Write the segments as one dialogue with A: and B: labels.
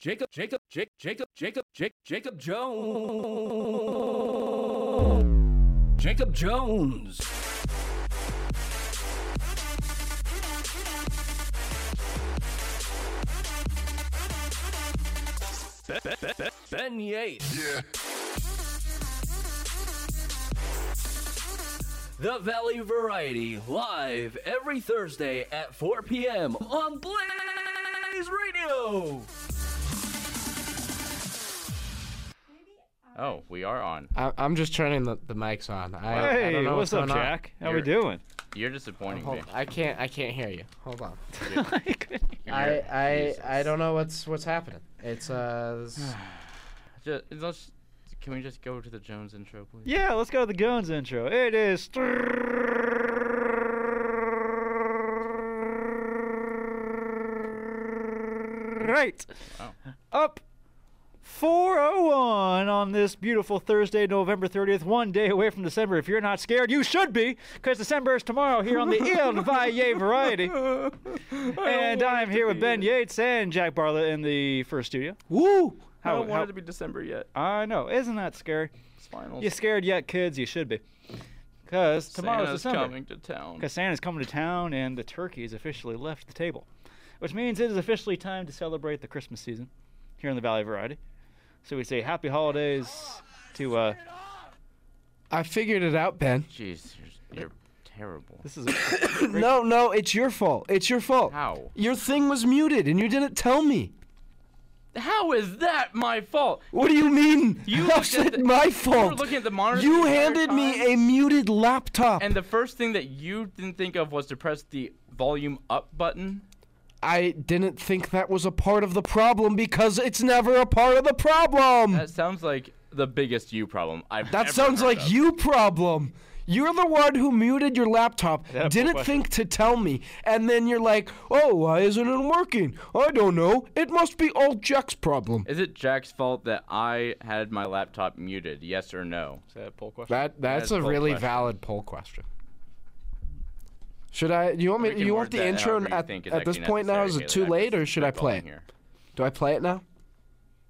A: Jacob, Jacob, Jake, Jacob, Jacob, Jake, Jacob Jones. Jacob Jones. Ben, ben, ben, ben Yates.
B: Yeah.
A: The Valley Variety, live every Thursday at 4 p.m. on Blaze Radio.
C: Oh, we are on.
D: I, I'm just turning the, the mics on. I, I don't
E: Hey,
D: know
E: what's up,
D: going on.
E: Jack? How we
C: You're-
E: doing?
C: You're disappointing
D: Hold
C: me.
D: I can't. I can't hear you. Hold on.
C: You're-
D: I,
C: Jesus.
D: I I don't know what's what's happening. It's uh. this-
C: Ju- let's, can we just go to the Jones intro, please?
E: Yeah, let's go to the Guns intro. It is. Right.
C: Wow.
E: Up 401 on this beautiful Thursday, November 30th, one day away from December. If you're not scared, you should be, because December is tomorrow here on the Il Valle Variety. and I'm here with Ben Yates and Jack Bartlett in the first studio. Woo!
C: I
E: How,
C: don't want
E: how-
C: it to be December yet.
E: I know. Isn't that scary?
C: It's finals.
E: You scared yet, kids? You should be. Because tomorrow's
C: Santa's
E: December.
C: coming to town.
E: Because Santa's coming to town and the turkey has officially left the table. Which means it is officially time to celebrate the Christmas season here in the Valley Variety. So we say happy holidays to. uh
D: I figured it out, Ben.
C: Jeez, you're, you're terrible.
E: This is. A,
D: No, no, it's your fault. It's your fault.
C: How?
D: Your thing was muted, and you didn't tell me.
C: How is that my fault?
D: What do you mean?
C: You
D: How
C: looked
D: is
C: at
D: it
C: the-
D: my
C: You were
D: fault?
C: looking at the monitor. the
D: You
C: entire
D: handed
C: time,
D: me a muted laptop.
C: And the first thing that you didn't think of was to press the volume up button.
D: I didn't think that was a part of the problem because it's never a part of the problem.
C: That sounds like the biggest you problem I've.
D: That
C: ever
D: sounds
C: heard
D: like
C: of.
D: you problem. You're the one who muted your laptop,
E: have no
D: didn't
E: question.
D: think to tell me, and then you're like, "Oh, why isn't it working? I don't know. It must be all Jack's problem."
C: Is it Jack's fault that I had my laptop muted? Yes or no?
D: That that's
C: a
D: a
C: poll
D: really
C: question.
D: valid poll question. Should I? Do you want me?
C: We can
D: You
C: word
D: want the
C: that
D: intro
C: however
D: n-
C: you
D: at,
C: think is
D: at this
C: actually
D: point now? Is
C: necessary, Haley.
D: it too
C: I'm
D: late,
C: just
D: or should I play
C: spitballing
D: it?
C: here.
D: Do I play it now?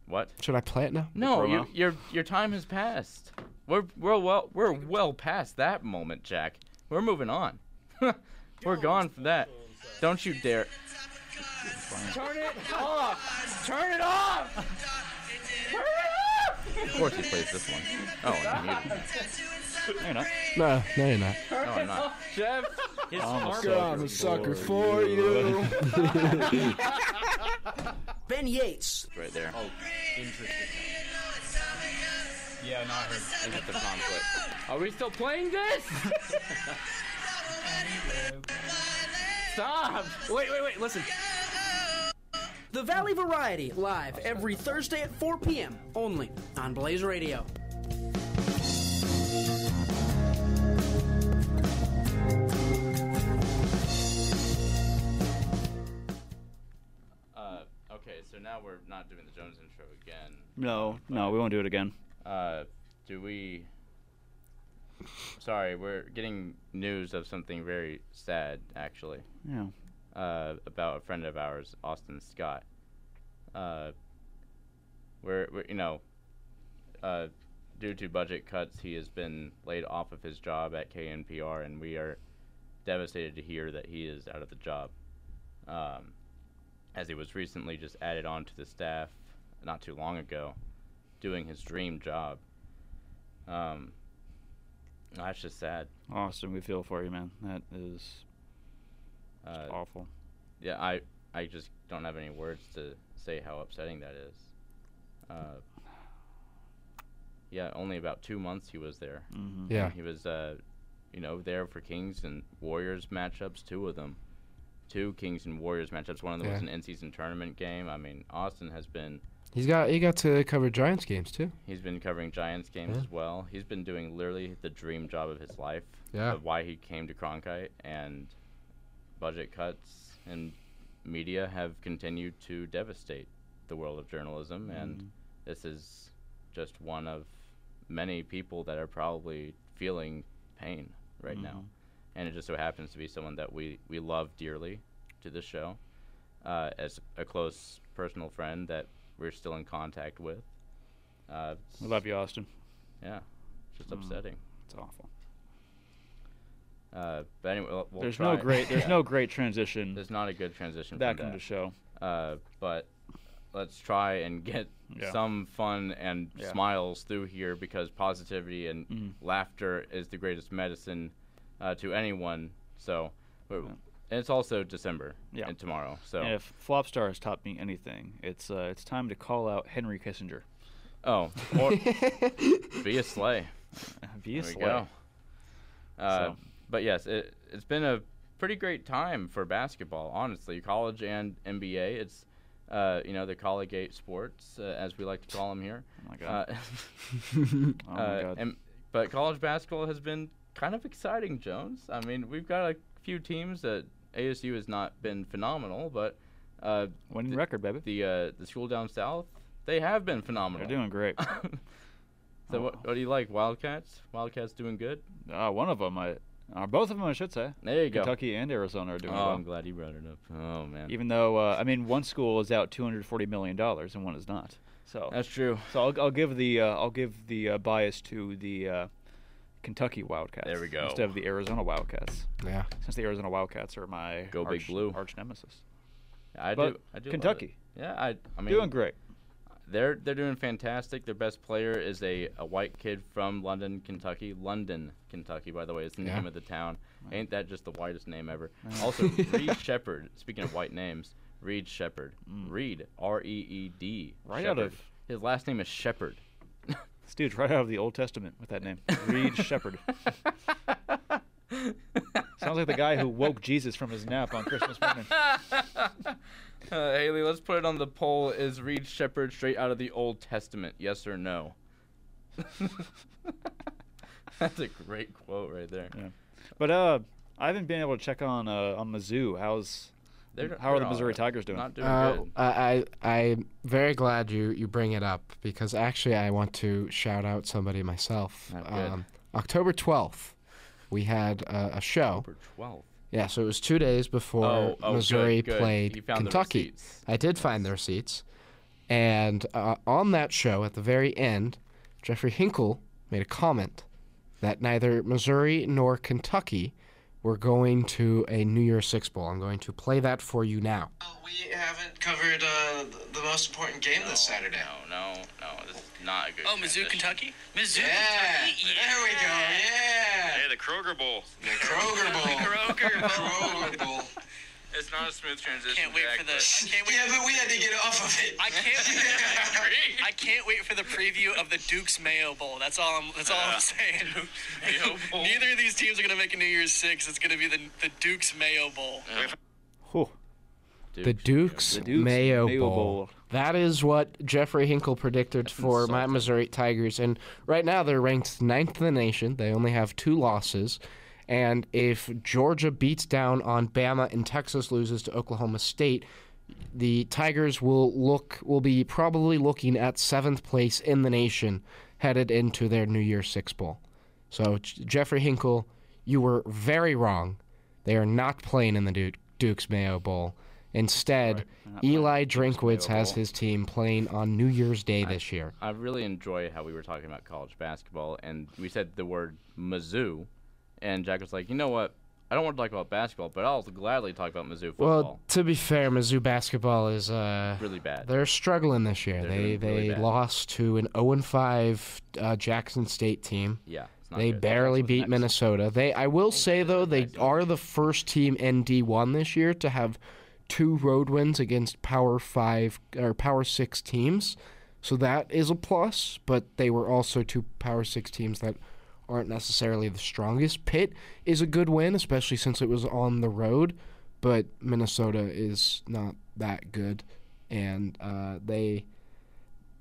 C: What?
D: Should I play it now?
C: No, you,
E: promo?
C: your your time has passed. We're we're well we're well past that moment, Jack. We're moving on. we're gone from that. Don't you dare. Turn it off! Turn it off! Turn it off! Of course he plays this one. Oh, I'm muted.
E: you know.
D: No, no, you're not.
C: No, I'm not. Jeff, his arm-
D: I'm a sucker for you.
F: Ben Yates.
C: right there.
G: Oh, Yeah, not her.
C: Is it the conflict? Are we still playing this? Stop!
F: Wait, wait, wait, listen. The Valley Variety, live every Thursday at 4 p.m. only on Blaze Radio.
C: Uh, okay, so now we're not doing the Jones intro again.
E: No, no, we won't do it again.
C: Uh, do we? Sorry, we're getting news of something very sad, actually,
E: Yeah.
C: uh, about a friend of ours, Austin Scott. Uh, we're, we're you know, uh, due to budget cuts, he has been laid off of his job at KNPR, and we are devastated to hear that he is out of the job. Um, as he was recently just added on to the staff not too long ago, doing his dream job. Um, that's just sad.
E: Austin, we feel for you, man. That is
C: Uh,
E: awful.
C: yeah, I I just don't have any words to say how upsetting that is. Uh, yeah, only about two months he was there.
D: Yeah.
C: He was, uh, you know, there for Kings and Warriors matchups, two of them. Two Kings and Warriors matchups. One of them was an
D: Yeah.
C: in season tournament game. I mean, Austin has been
D: He's got he got to cover Giants games too.
C: He's been covering Giants games as well. He's been doing literally the dream job of his life.
D: Yeah.
C: Of why he came to Cronkite and budget cuts and media have continued to devastate the world of journalism and this is just one of many people that are probably feeling pain right now. And it just so happens to be someone that we, we love dearly to this show. Uh, as a close personal friend that we're still in contact with. Uh,
E: We love you, Austin.
C: yeah, it's just upsetting.
E: It's awful.
C: Uh, but anyway, we'll, we'll
E: There's
C: try.
E: no great. There's
C: Yeah.
E: no great transition
C: There's not a good transition
E: back
C: from
E: into the
C: that.
E: show.
C: uh, but let's try and get
E: Yeah.
C: some fun and
E: Yeah.
C: smiles through here because positivity and
E: Mm-hmm.
C: laughter is the greatest medicine uh, to anyone. So, but- and it's also December
E: Yeah.
C: and tomorrow. So,
E: And if Flopstar has taught me anything, it's uh, it's time to call out Henry Kissinger.
C: oh, or be a sleigh.
E: Be a
C: There we
E: slay.
C: go. Uh,
E: So-
C: But yes, it, it's been a pretty great time for basketball, honestly. College and NBA. It's, uh, you know, the collegiate sports, uh, as we like to call them here.
E: my God.
C: Uh,
E: Oh
C: uh,
E: my God.
C: and- but college basketball has been kind of exciting, Jones. I mean, we've got a few teams that ASU has not been phenomenal, but uh,
E: Winning record, baby.
C: the uh, the school down south, they have been
E: They're
C: phenomenal.
E: doing great.
C: so what, what do you like, Wildcats? Wildcats doing good.
E: Uh, one of them, I, uh, both of them, I should say.
C: There you go.
E: Kentucky and Arizona are doing
C: Oh,
E: well.
C: I'm glad you brought it up. Oh man,
E: Even though, uh, I mean, one school is out 240 million dollars and one is not. So,
C: that's true.
E: so I'll, I'll give the uh, I'll give the uh, bias to the uh, Kentucky Wildcats.
C: There we go.
E: Instead of the Arizona Wildcats,
D: Yeah.
E: since the Arizona Wildcats are my
C: Go Big
E: arch-
C: Blue.
E: arch nemesis.
C: I
E: But
C: do. I do. love it.
E: Kentucky.
C: Yeah, I. I mean,
E: Doing great.
C: They're they're doing fantastic. Their best player is a, a white kid from London, Kentucky. London, Kentucky, by the way, is the name of the town. Ain't that just the whitest name ever? Also, Reed Shepard. Speaking of white names, Reed Shepard. Reed, R E E D.
E: Mm. Right out
C: Shepherd.
E: of-
C: his last name is Shepard.
E: This dude's right out of the Old Testament with that name, Reed Shepherd. Sounds like the guy who woke Jesus from his nap on Christmas morning.
C: Uh, Haley, let's put it on the poll. Is Reed Shepard straight out of the Old Testament? Yes or no? That's a great quote right there.
E: But uh, I haven't been able to check on uh, on Mizzou. How's
C: They're-
E: how are the
C: they're all
E: Missouri
C: right.
E: Tigers doing?
C: Not doing
B: Uh,
D: Oh.
C: good.
B: I I- I'm very glad you you bring it up because actually I want to shout out somebody myself. Um,
C: Oh, good.
B: October twelfth, we had uh, a show.
C: Number 12.
B: Yeah, so it was two days before
C: Oh, oh, good,
B: Missouri
C: good. You
B: played
C: found the
B: Kentucky.
C: receipts.
B: I did find the receipts, and uh, on that show at the very end, Jeffrey Hinkle made a comment that neither Missouri nor Kentucky were going to a New Year's Six bowl. I'm going to play that for you now.
H: We haven't covered uh, the most important game this Saturday.
C: No, no, this is not a good.
I: Oh, Mizzou, Kentucky? Mizzou,
H: Yeah,
I: Kentucky?
H: there we go.
J: Hey, the Kroger Bowl.
H: Yeah, the Kroger Bowl.
I: Kroger Bowl.
H: Kroger Bowl.
C: It's not a smooth transition.
I: Can't wait for the. I can't wait.
H: Yeah, but we had to get off of it.
I: I can't. I can't wait for the preview of the Duke's Mayo Bowl. That's all I'm. That's all I'm saying. Neither of these teams are gonna make a New Year's Six. It's gonna be the the Duke's Mayo Bowl.
E: Whew.
B: The Duke's, Mayo,
E: Mayo
B: Bowl.
E: Bowl.
B: That is what Jeffrey Hinkle predicted for my Missouri Tigers, and right now they're ranked ninth in the nation. They only have two losses, and if Georgia beats down on Bama and Texas loses to Oklahoma State, the Tigers will look will be probably looking at seventh place in the nation, headed into their New Year's Six bowl. So J- Jeffrey Hinkle, you were very wrong. They are not playing in the Duke, Duke's Mayo Bowl. Instead, Eli Drinkwitz has
E: Bowl.
B: his team playing on New Year's Day this year.
C: I really enjoy how we were talking about college basketball, and we said the word Mizzou, and Jack was like, "You know what? I don't want to talk about basketball, but I'll gladly talk about Mizzou football."
B: Well, to be fair, Mizzou basketball is uh,
C: really bad.
B: they're struggling this year. they
C: doing really
B: they
C: bad.
B: lost to an 0 5 uh, Jackson State team.
C: yeah, it's not
B: They
C: good.
B: barely beat Minnesota. They I will say though they are the first team in D1 this year to have two road wins against power 5 or power 6 teams. So that is a plus, but they were also two power 6 teams that aren't necessarily the strongest. Pitt is a good win, especially since it was on the road, but Minnesota is not that good and uh, they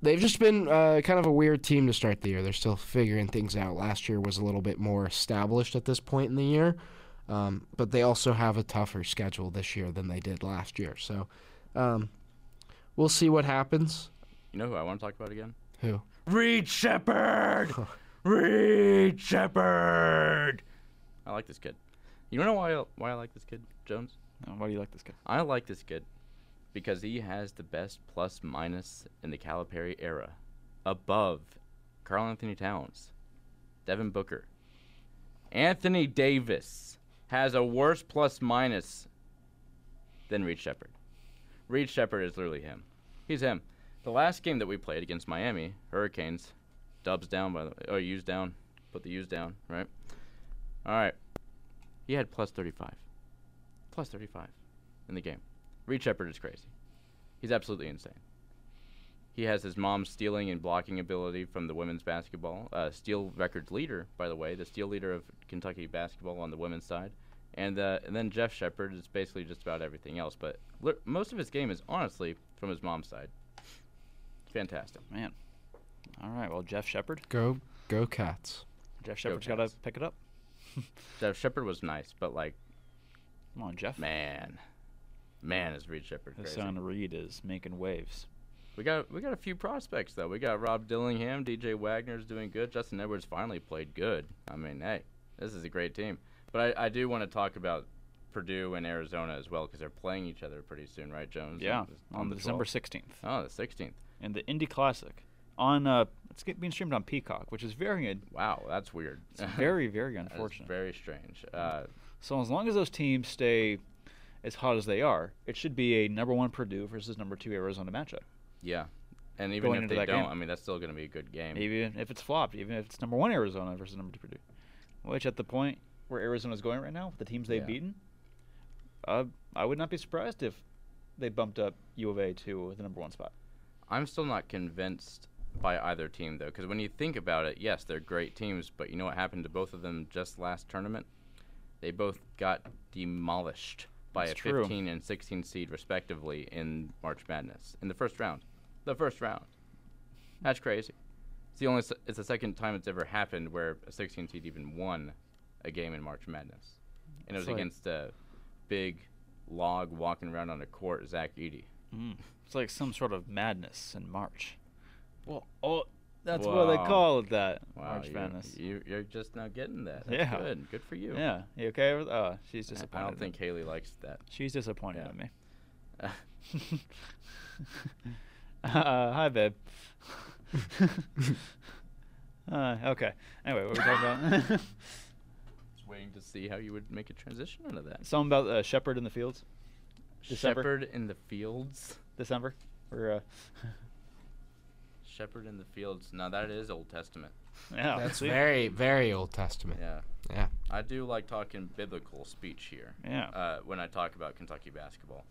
B: they've just been uh, kind of a weird team to start the year. They're still figuring things out. Last year was a little bit more established at this point in the year, um, but they also have a tougher schedule this year than they did last year. So um, we'll see what happens.
C: You know who I want to talk about again?
B: Who?
C: Reed Shepard. Reed Shepard. I like this kid. You wanna know why I, why I like this kid, Jones?
E: Oh, why do you like this guy?
C: I like this kid because he has the best plus minus in the Calipari era, above Carl Anthony Towns, Devin Booker. Anthony Davis has a worse plus minus than Reed Shepard. Reed Shepard is literally him. He's him. The last game that we played against Miami Hurricanes, dubs down by the or U's down, put the U's down, right? All right. He had plus 35. Plus 35 in the game. Reed Shepard is crazy. He's absolutely insane. He has his mom's stealing and blocking ability from the women's basketball. Uh, steal records leader, by the way, the steal leader of Kentucky basketball on the women's side. And, uh, and then Jeff Shepard is basically just about everything else. But li- most of his game is honestly from his mom's side. Fantastic.
E: Man. All right. Well, Jeff Shepard.
B: Go, go, cats.
E: Jeff Shepard's got to pick it up.
C: Jeff Shepard was nice, but like,
E: come on, Jeff.
C: Man, man, is Reed Shepard
E: His
C: crazy.
E: son Reed is making waves.
C: We got we got a few prospects though. We got Rob Dillingham, DJ Wagner's doing good. Justin Edwards finally played good. I mean, hey, this is a great team. But I, I do want to talk about Purdue and Arizona as well because they're playing each other pretty soon, right, Jones?
E: Yeah, on,
C: the
E: December
C: 12th.
E: 16th
C: Oh, the sixteenth.
E: in the Indy Classic. On uh, it's get- being streamed on Peacock, which is very un-
C: Wow, that's weird.
E: it's very very
C: That is
E: unfortunate.
C: very strange. Uh,
E: So as long as those teams stay as hot as they are, it should be a number one Purdue versus number two Arizona matchup.
C: yeah, and even
E: Going
C: if
E: into
C: they don't,
E: that game.
C: I mean, that's still going to be a good game.
E: Even if it's flopped, even if it's number one Arizona versus number two Purdue, which at the point where Arizona's going right now, with the teams they've
C: Yeah.
E: beaten, uh, I would not be surprised if they bumped up U of A to the number one spot.
C: I'm still not convinced by either team though, because when you think about it, yes, they're great teams, but you know what happened to both of them just last tournament? They both got demolished by
E: That's
C: a
E: true.
C: 15 and 16 seed respectively in March Madness in the first round. The first round. That's crazy. It's the only s- it's the second time it's ever happened where a 16 seed even won a game in March Madness, and it was
E: It's like-
C: against a big log walking around on a court, Zach Eady.
E: It's like some sort of madness in March. Well, oh, that's what
C: Wow.
E: they call it. That
C: Wow,
E: March
C: you-
E: Madness.
C: You, you're just now getting that. That's
E: Yeah.
C: good. Good for you.
E: Yeah, you okay? With, oh, she's
C: I- I
E: disappointed. in
C: don't think Haley likes that.
E: She's disappointed
C: Yeah.
E: in me. uh, hi, babe. uh, okay. Anyway, what were we talking about?
C: Just waiting to see how you would make a transition out of that.
E: Something about uh, Shepherd in the fields, December.
C: Shepherd in the fields.
E: December. Or, uh,
C: Shepherd in the fields. Now that is Old Testament.
E: yeah,
B: That's
E: see?
B: very, very Old Testament.
C: Yeah.
B: Yeah.
C: I do like talking biblical speech here.
E: Yeah.
C: Uh, when I talk about Kentucky basketball,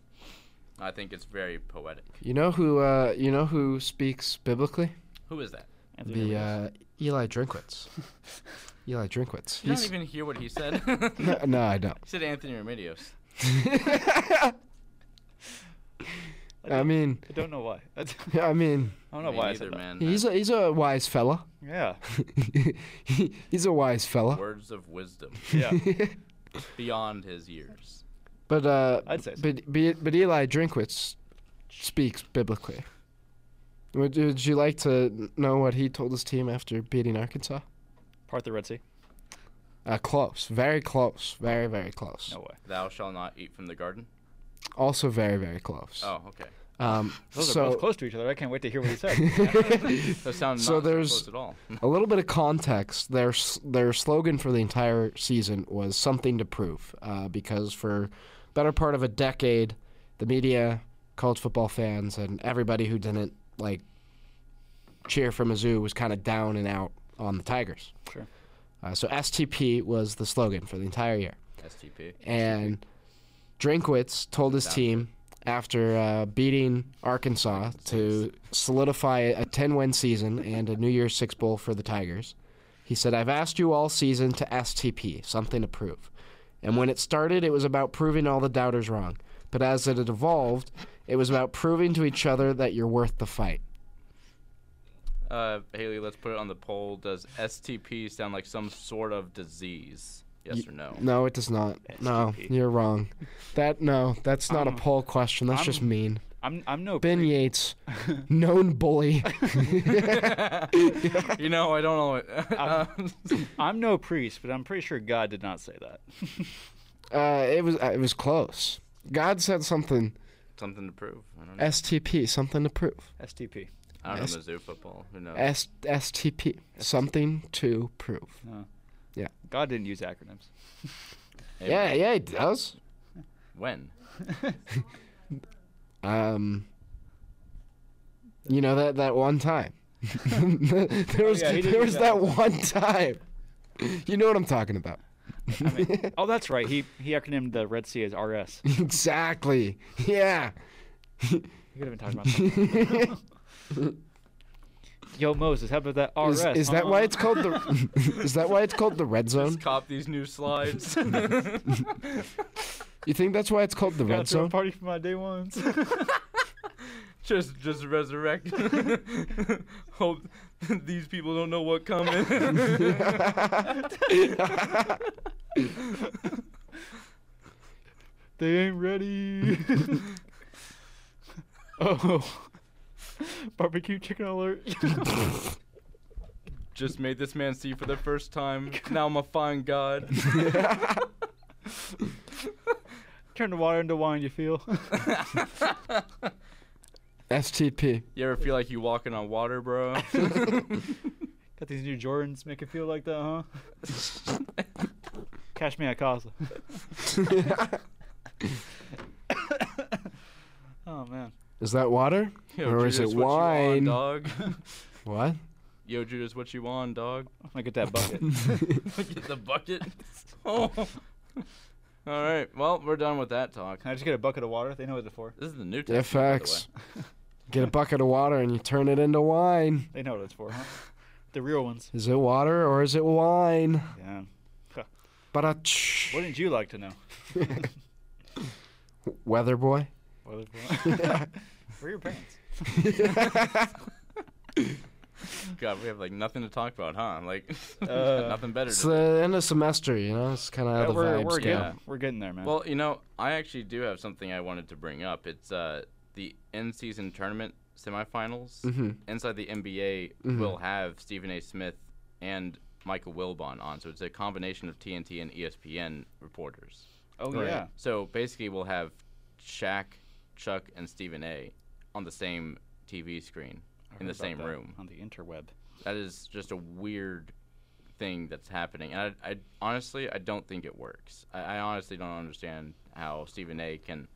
C: I think it's very poetic.
B: You know who? Uh, you know who speaks biblically?
C: Who is that?
E: Anthony
B: The
E: Davis.
B: uh, Eli Drinkwitz. Eli Drinkwitz.
C: You don't
B: He's-
C: even hear what he said.
B: no,
C: he
B: no, I don't.
C: said Anthony Remedios.
B: I mean,
E: I don't know why. I don't
B: I mean,
E: know
C: Me
E: why I
C: neither,
E: said that.
C: man.
B: he's a he's a wise fella.
E: Yeah,
B: He- he's a wise fella.
C: Words of wisdom
E: yeah.
C: beyond his years.
B: But uh,
E: I'd say so.
B: but, but but Eli Drinkwitz speaks biblically. Would, would you like to know what he told his team after beating Arkansas?
E: Part the Red Sea.
B: Uh, close, very close, very very close.
E: No way.
C: Thou shalt not eat from the garden.
B: Also very very close.
C: Oh, okay.
B: Um,
E: Those
B: so
E: are both close to each other. I can't wait to hear what he said.
C: That sounds
B: So
C: not
B: there's-
C: so close at all.
B: a little bit of context. Their s- their slogan for the entire season was something to prove, uh, because for better part of a decade, the media, college football fans, and everybody who didn't like cheer for Mizzou was kind of down and out on the Tigers.
E: Sure.
B: Uh, so STP was the slogan for the entire year,
C: STP.
B: and Drinkwitz told his team after uh, beating Arkansas to solidify a 10 win season and a New Year's Six Bowl for the Tigers. He said, I've asked you all season to STP, something to prove. And when it started, it was about proving all the doubters wrong. But as it had evolved, it was about proving to each other that you're worth the fight.
C: Uh, Haley, let's put it on the poll. Does STP sound like some sort of disease? Yes or no?
B: No, it does not. No, you're wrong. That, no, that's not a poll question. That's just
E: I'm-
B: mean.
E: I'm I'm no
B: Ben Yates, known bully.
C: you know, I don't know. Um,
E: I'm no priest, but I'm pretty sure God did not say that.
B: Uh, it was uh, it was close. God said something
C: Something to prove. I don't know.
B: STP, something to prove.
E: STP.
C: I don't
B: S-
C: know Mizzou football. Who knows?
B: S- STP, something to prove.
E: No.
B: Yeah.
E: God didn't use acronyms.
C: Hey,
B: Yeah, yeah, it does.
C: When?
B: Um, you know that that one time. there was
E: Oh, yeah, he did
B: there
E: do
B: was
E: that
B: that one time. You know what I'm talking about.
E: I mean, oh, that's right. He he acronymed the Red Sea as RS. You
B: exactly. Yeah.
E: could have been talking about something. Yo, Moses, how about that Uh-huh. RS?
B: Is, is that why
E: huh?
B: it's called the Is that why it's called the red zone?
C: Cop these new slides.
B: You think that's why it's called the
E: Got
B: red
E: to a
B: zone?
E: party for my day ones.
C: just, just resurrect. Hope these people don't know what coming.
E: they ain't ready. oh, barbecue chicken alert!
C: just made this man see for the first time. Now I'm a fine god.
E: Turn the water into wine. You feel?
B: STP.
C: You ever feel like you walking on water, bro?
E: Got these new Jordans. Make it feel like that, huh? Cash me at Casa. oh man.
B: Is that water?
C: Yo,
B: or is
C: Judas,
B: it
C: what you on,
B: wine?
C: dog?
B: What?
C: Yo, Judas, what you on, dog?
E: I'm gonna get that bucket.
C: Get the bucket. Oh. All right. Well, we're done with that talk.
E: Can I just get a bucket of water? They know what they're for.
C: This is the new technique, by
B: Yeah,
C: the
B: facts.
C: way.
B: Get a bucket of water and you turn it into wine.
E: They know what it's
C: Uh-huh.
E: for, huh? The real ones.
B: Is it water or is it wine?
E: Yeah.
B: But a
E: Wouldn't you like to know?
B: weather boy.
E: Whether Where are your pants?
C: God, we have like nothing to talk about, huh? Like
E: Uh,
C: nothing better.
B: It's
C: to do.
B: the end of semester, you know. It's kind of how the
E: we're,
B: vibes
E: we're,
B: go.
E: getting,
C: yeah.
E: we're getting there, man.
C: Well, you know, I actually do have something I wanted to bring up. It's uh, the in-season tournament semifinals
B: Mm-hmm.
C: inside the NBA will have Stephen A. Smith and Michael Wilbon on, so it's a combination of TNT and E ESPN reporters.
E: oh yeah.
C: So basically, we'll have Shaq, Chuck, and Stephen A. on the same TV screen in the
E: Heard about
C: same
E: that
C: room.
E: on the interweb.
C: That is just a weird thing that's happening. And I, I honestly, I don't think it works. I, I honestly don't understand how Stephen A. can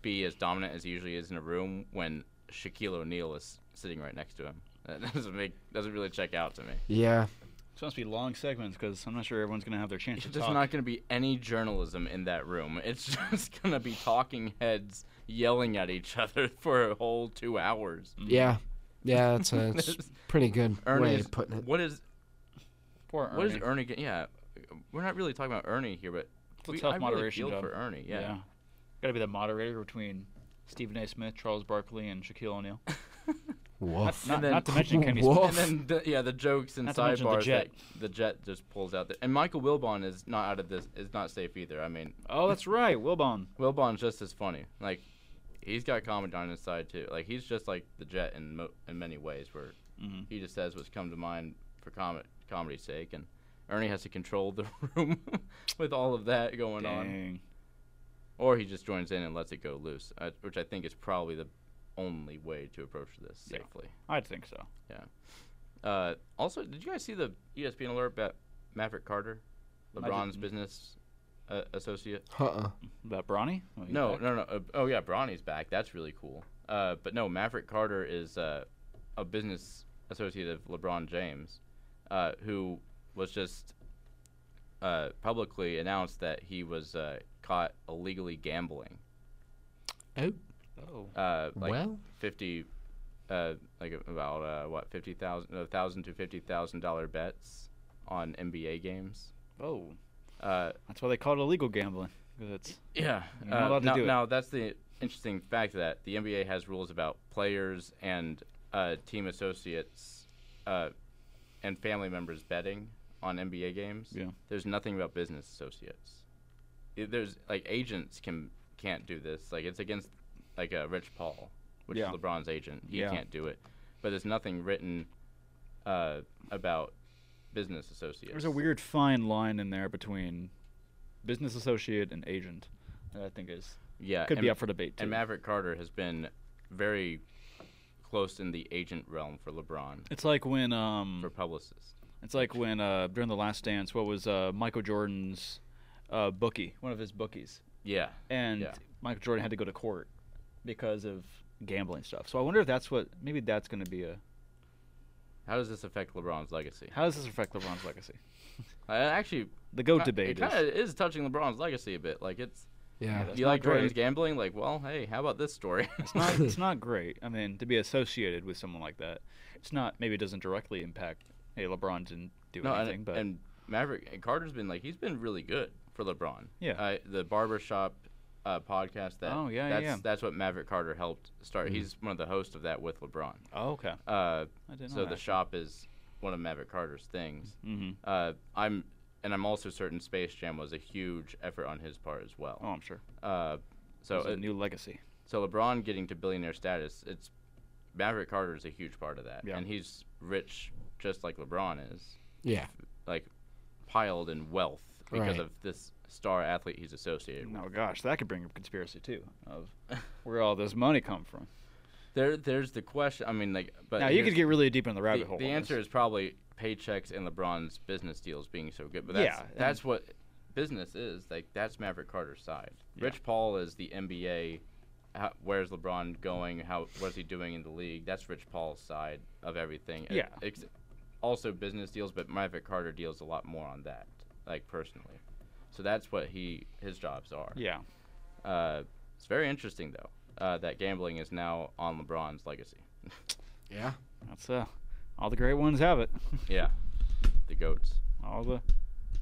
C: be as dominant as he usually is in a room when Shaquille O'Neal is sitting right next to him. That doesn't make doesn't really check out to me.
B: Yeah.
E: It's supposed to be long segments because I'm not sure everyone's gonna have their chance to
C: There's
E: talk.
C: not going to be any journalism in that room. It's just going to be talking heads yelling at each other for a whole two hours.
E: Mm.
B: Yeah. Yeah, that's a it's pretty good way
C: Ernie,
B: of putting it.
C: what is
E: Poor
C: what is
E: Ernie.
C: Ernie? get- Yeah, we're not really talking about Ernie here, but
E: a
C: we,
E: tough
C: I really
E: moderation
C: feel
E: job.
C: for Ernie.
E: Yeah.
C: Yeah.
E: Gotta be the moderator between Stephen A. Smith, Charles Barkley, and Shaquille O'Neal.
B: Woof.
E: Not,
C: then-
E: not to mention Kenny
B: Whoa.
E: Smith.
C: And then the, yeah, the jokes and
E: Not to mention the
C: sidebars
E: Jet.
C: that the jet just pulls out. The, and Michael Wilbon is not out of this. Is not safe either. I mean,
E: Oh, that's right, Wilbon.
C: Wilbon's just as funny. Like he's got comedy on his side too. Like he's just like the jet in mo- in many ways, where
E: Mm-hmm.
C: he just says what's come to mind for com- comedy's sake, and Ernie has to control the room with all of that going on.
E: Dang.
C: or he just joins in and lets it go loose, uh, which I think is probably the only way to approach this
E: Yeah.
C: safely.
E: I'd think so.
C: Uh, also, did you guys see the E ESPN alert about Maverick Carter, LeBron's business uh, associate?
B: Uh-uh.
E: About Bronny? Oh, he's
C: No,
E: back.
C: no, no. Uh, oh yeah, Bronny's back. That's really cool. Uh, but no, Maverick Carter is uh, a business associate of LeBron James, uh, who was just uh, publicly announced that he was uh, caught illegally gambling.
B: Oh,
E: Oh.
C: uh, like
B: Well.
C: fifty, uh, like about uh, what fifty thousand, a thousand to fifty thousand dollar bets on NBA games.
E: Oh.
C: Uh,
E: That's why they call it illegal gambling. 'cause it's
C: yeah. uh,
E: You're not allowed to
C: now,
E: do it.
C: now that's the interesting fact that the NBA has rules about players and uh, team associates uh, and family members betting on NBA games.
E: Yeah.
C: There's nothing about business associates. I- There's like agents can can't do this. Like it's against like uh, Rich Paul, which
E: Yeah.
C: is LeBron's agent. He
E: Yeah.
C: can't do it. But there's nothing written uh, about business associates.
E: There's a weird fine line in there between business associate and agent that I think is
C: yeah,
E: could
C: Uh, and-
E: be up for debate. Too.
C: And Maverick Carter has been very close in the agent realm for LeBron
E: It's like when um,
C: for publicists.
E: it's like when uh, during the Last Dance, what was uh, Michael Jordan's uh, bookie, one of his bookies,
C: Yeah,
E: and
C: Yeah.
E: Michael Jordan had to go to court because of gambling stuff. So I wonder if that's what maybe that's going to be a
C: How does this affect LeBron's legacy?
E: how does this affect LeBron's legacy?
C: Uh, actually,
E: The goat
C: ki-
E: debate
C: Uh, It
E: is-
C: kind of is touching LeBron's legacy a bit. Like it's
B: Yeah.
C: you like Jordan's gambling? Like, well, hey, how about this story?
E: It's not, it's not great. I mean, to be associated with someone like that, it's not. Maybe it doesn't directly impact. Hey, LeBron didn't do
C: no,
E: anything,
C: and,
E: but
C: and Maverick and Carter's been like he's been really good for LeBron.
E: Yeah.
C: uh, the barbershop uh, podcast that
E: Oh, yeah, Mm-hmm. yeah,
C: that's,
E: yeah.
C: that's what Maverick Carter helped start. He's one of the hosts of that with LeBron.
E: oh, okay.
C: Uh,
E: I didn't know
C: so
E: that.
C: the shop is one of Maverick Carter's things. Mm-hmm. Uh, I'm and I'm also certain Space Jam was a huge effort on his part as well.
E: Oh, I'm sure.
C: Uh, so
E: It's a
C: it-
E: new legacy.
C: so LeBron getting to billionaire status, it's Maverick Carter is a huge part of that,
E: Yeah.
C: and he's rich just like LeBron is,
B: Yeah.
C: like piled in wealth because
B: Right.
C: of this star athlete he's associated with.
E: Oh gosh, that could bring up conspiracy too of where all this money come from.
C: There, there's the question. I mean, like, but
E: Now you could
C: here's-
E: get really deep in the rabbit
C: the,
E: hole.
C: the
E: on
C: answer
E: this.
C: is probably paychecks and LeBron's business deals being so good, but that's
E: Yeah, and-
C: that's what business is. Like that's Maverick Carter's side. Rich Paul is the NBA. How, where's LeBron going? How what's he doing in the league? That's Rich Paul's side of everything. E-
E: Yeah.
C: ex- also business deals, but Maverick Carter deals a lot more on that, like personally. So that's what he his jobs are.
E: Yeah.
C: Uh, it's very interesting though uh, that gambling is now on LeBron's legacy.
B: Yeah.
E: That's uh, all the great ones have it.
C: yeah, the goats.
E: all the,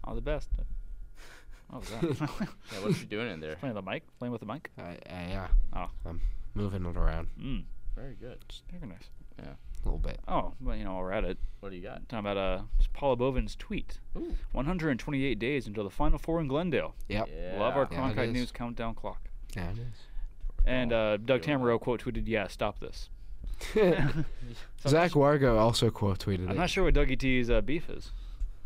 E: all the best. Oh god.
C: Yeah, what's he doing in there?
E: playing the mic. Playing with the mic.
B: I, I, yeah.
E: Oh.
B: I'm moving it around
E: Mm.
C: Very good.
E: Very nice.
B: a little bit.
E: Oh, well, you know, while we're at it.
C: What do you got?
E: Talking about uh, it's Paula Bovin's tweet. 128 days until the final four in Glendale.
B: Yep.
E: Love our
B: Yeah, it
E: Cronkite
B: is. Oh,
E: News countdown clock.
B: Yeah, it is.
E: And uh, Doug Tamaro quote tweeted, "Yeah, stop this."
B: Zach Wargo also quote tweeted
E: I'm
B: it.
E: not sure what Dougie T's uh, beef is.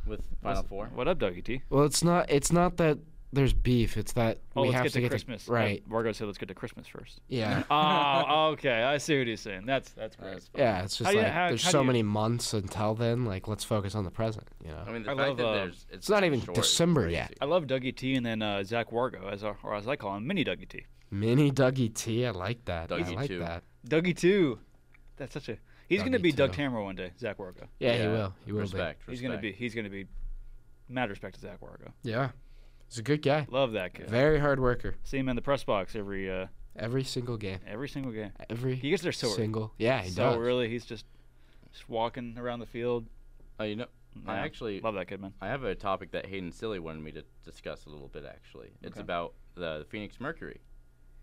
C: with Final Four.
E: What up, Dougie T?
B: well, it's not. It's not that there's beef. It's that
E: Oh,
B: we
E: let's
B: have
E: get
B: to get
E: Christmas.
B: To, right.
E: Uh, Wargo said, "Let's get to Christmas first.
B: Yeah.
E: oh, okay. I see what he's saying. That's that's great.
C: That's-
B: Yeah. It's just
E: How do you-
B: like
E: how-
B: there's
E: how
B: so
E: do you-
B: many months until then. Like, let's focus on the present. You know.
C: I mean, the
E: I
C: fact
E: love,
C: that
E: uh,
C: there's it's,
B: not
C: that
B: even
C: short is
B: December
C: crazy.
B: yet.
E: I love Dougie T and then uh, Zach Wargo, as our, or as I call him, Mini Dougie T.
B: Mini Dougie T. I like that. I
C: Dougie
B: like
C: too.
B: that.
E: Dougie Two. That's such a. He's gonna
B: Dougie
E: be Doug
B: too.
E: Tamaro one day. Zach Wargo.
B: Yeah, he will. He will
C: Respect.
E: He's gonna be.
C: respect.
E: He's gonna be. Mad respect to Zach Wargo.
B: be. Yeah. He's a good guy.
E: Love that kid.
B: Very hard worker.
E: See him in the press box every uh,
B: Every single game.
E: every single game.
B: Every
E: He gets there so
B: single. Yeah, he
E: so
B: does.
E: really, he's just just walking around the field.
C: Oh, you know, I
E: Yeah.
C: actually
E: Love that kid, man.
C: I have a topic that Hayden Silly wanted me to discuss a little bit. Actually, it's about the Phoenix Mercury.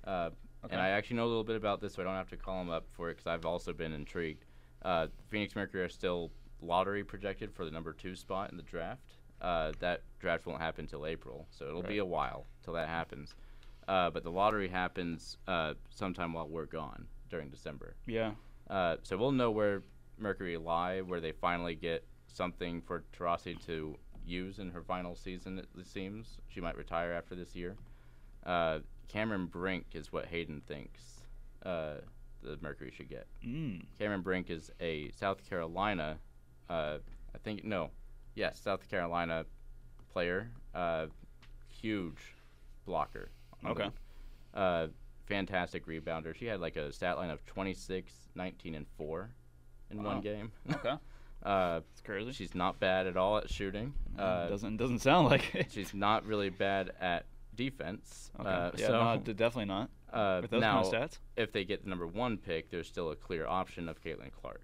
C: Uh, And I actually know a little bit about this, so I don't have to call him up for it because I've also been intrigued. Uh, Phoenix Mercury are still lottery projected for the number two spot in the draft. Uh, that draft won't happen till April, so it'll be a while till that happens. Uh, but the lottery happens uh, sometime while we're gone during December.
E: Yeah.
C: Uh, so we'll know where Mercury lie, where they finally get something for Tarasi to use in her final season. It seems she might retire after this year. Uh, Cameron Brink is what Hayden thinks uh, the Mercury should get.
E: Mm.
C: Cameron Brink is a South Carolina, uh, I think no, yes, South Carolina player, uh, huge blocker. on the-
E: Okay.
C: Uh, fantastic rebounder. She had like a stat line of 26, 19, and four in one game.
E: Okay.
C: uh,
E: It's crazy.
C: she's not bad at all at shooting.
E: Mm-hmm.
C: Uh,
E: doesn't doesn't sound like it.
C: she's not really bad at defense.
E: Okay.
C: Uh,
E: yeah,
C: so
E: no, d- definitely not.
C: uh,
E: With those
C: now,
E: kind of stats.
C: if they get the number one pick, there's still a clear option of Caitlin Clark.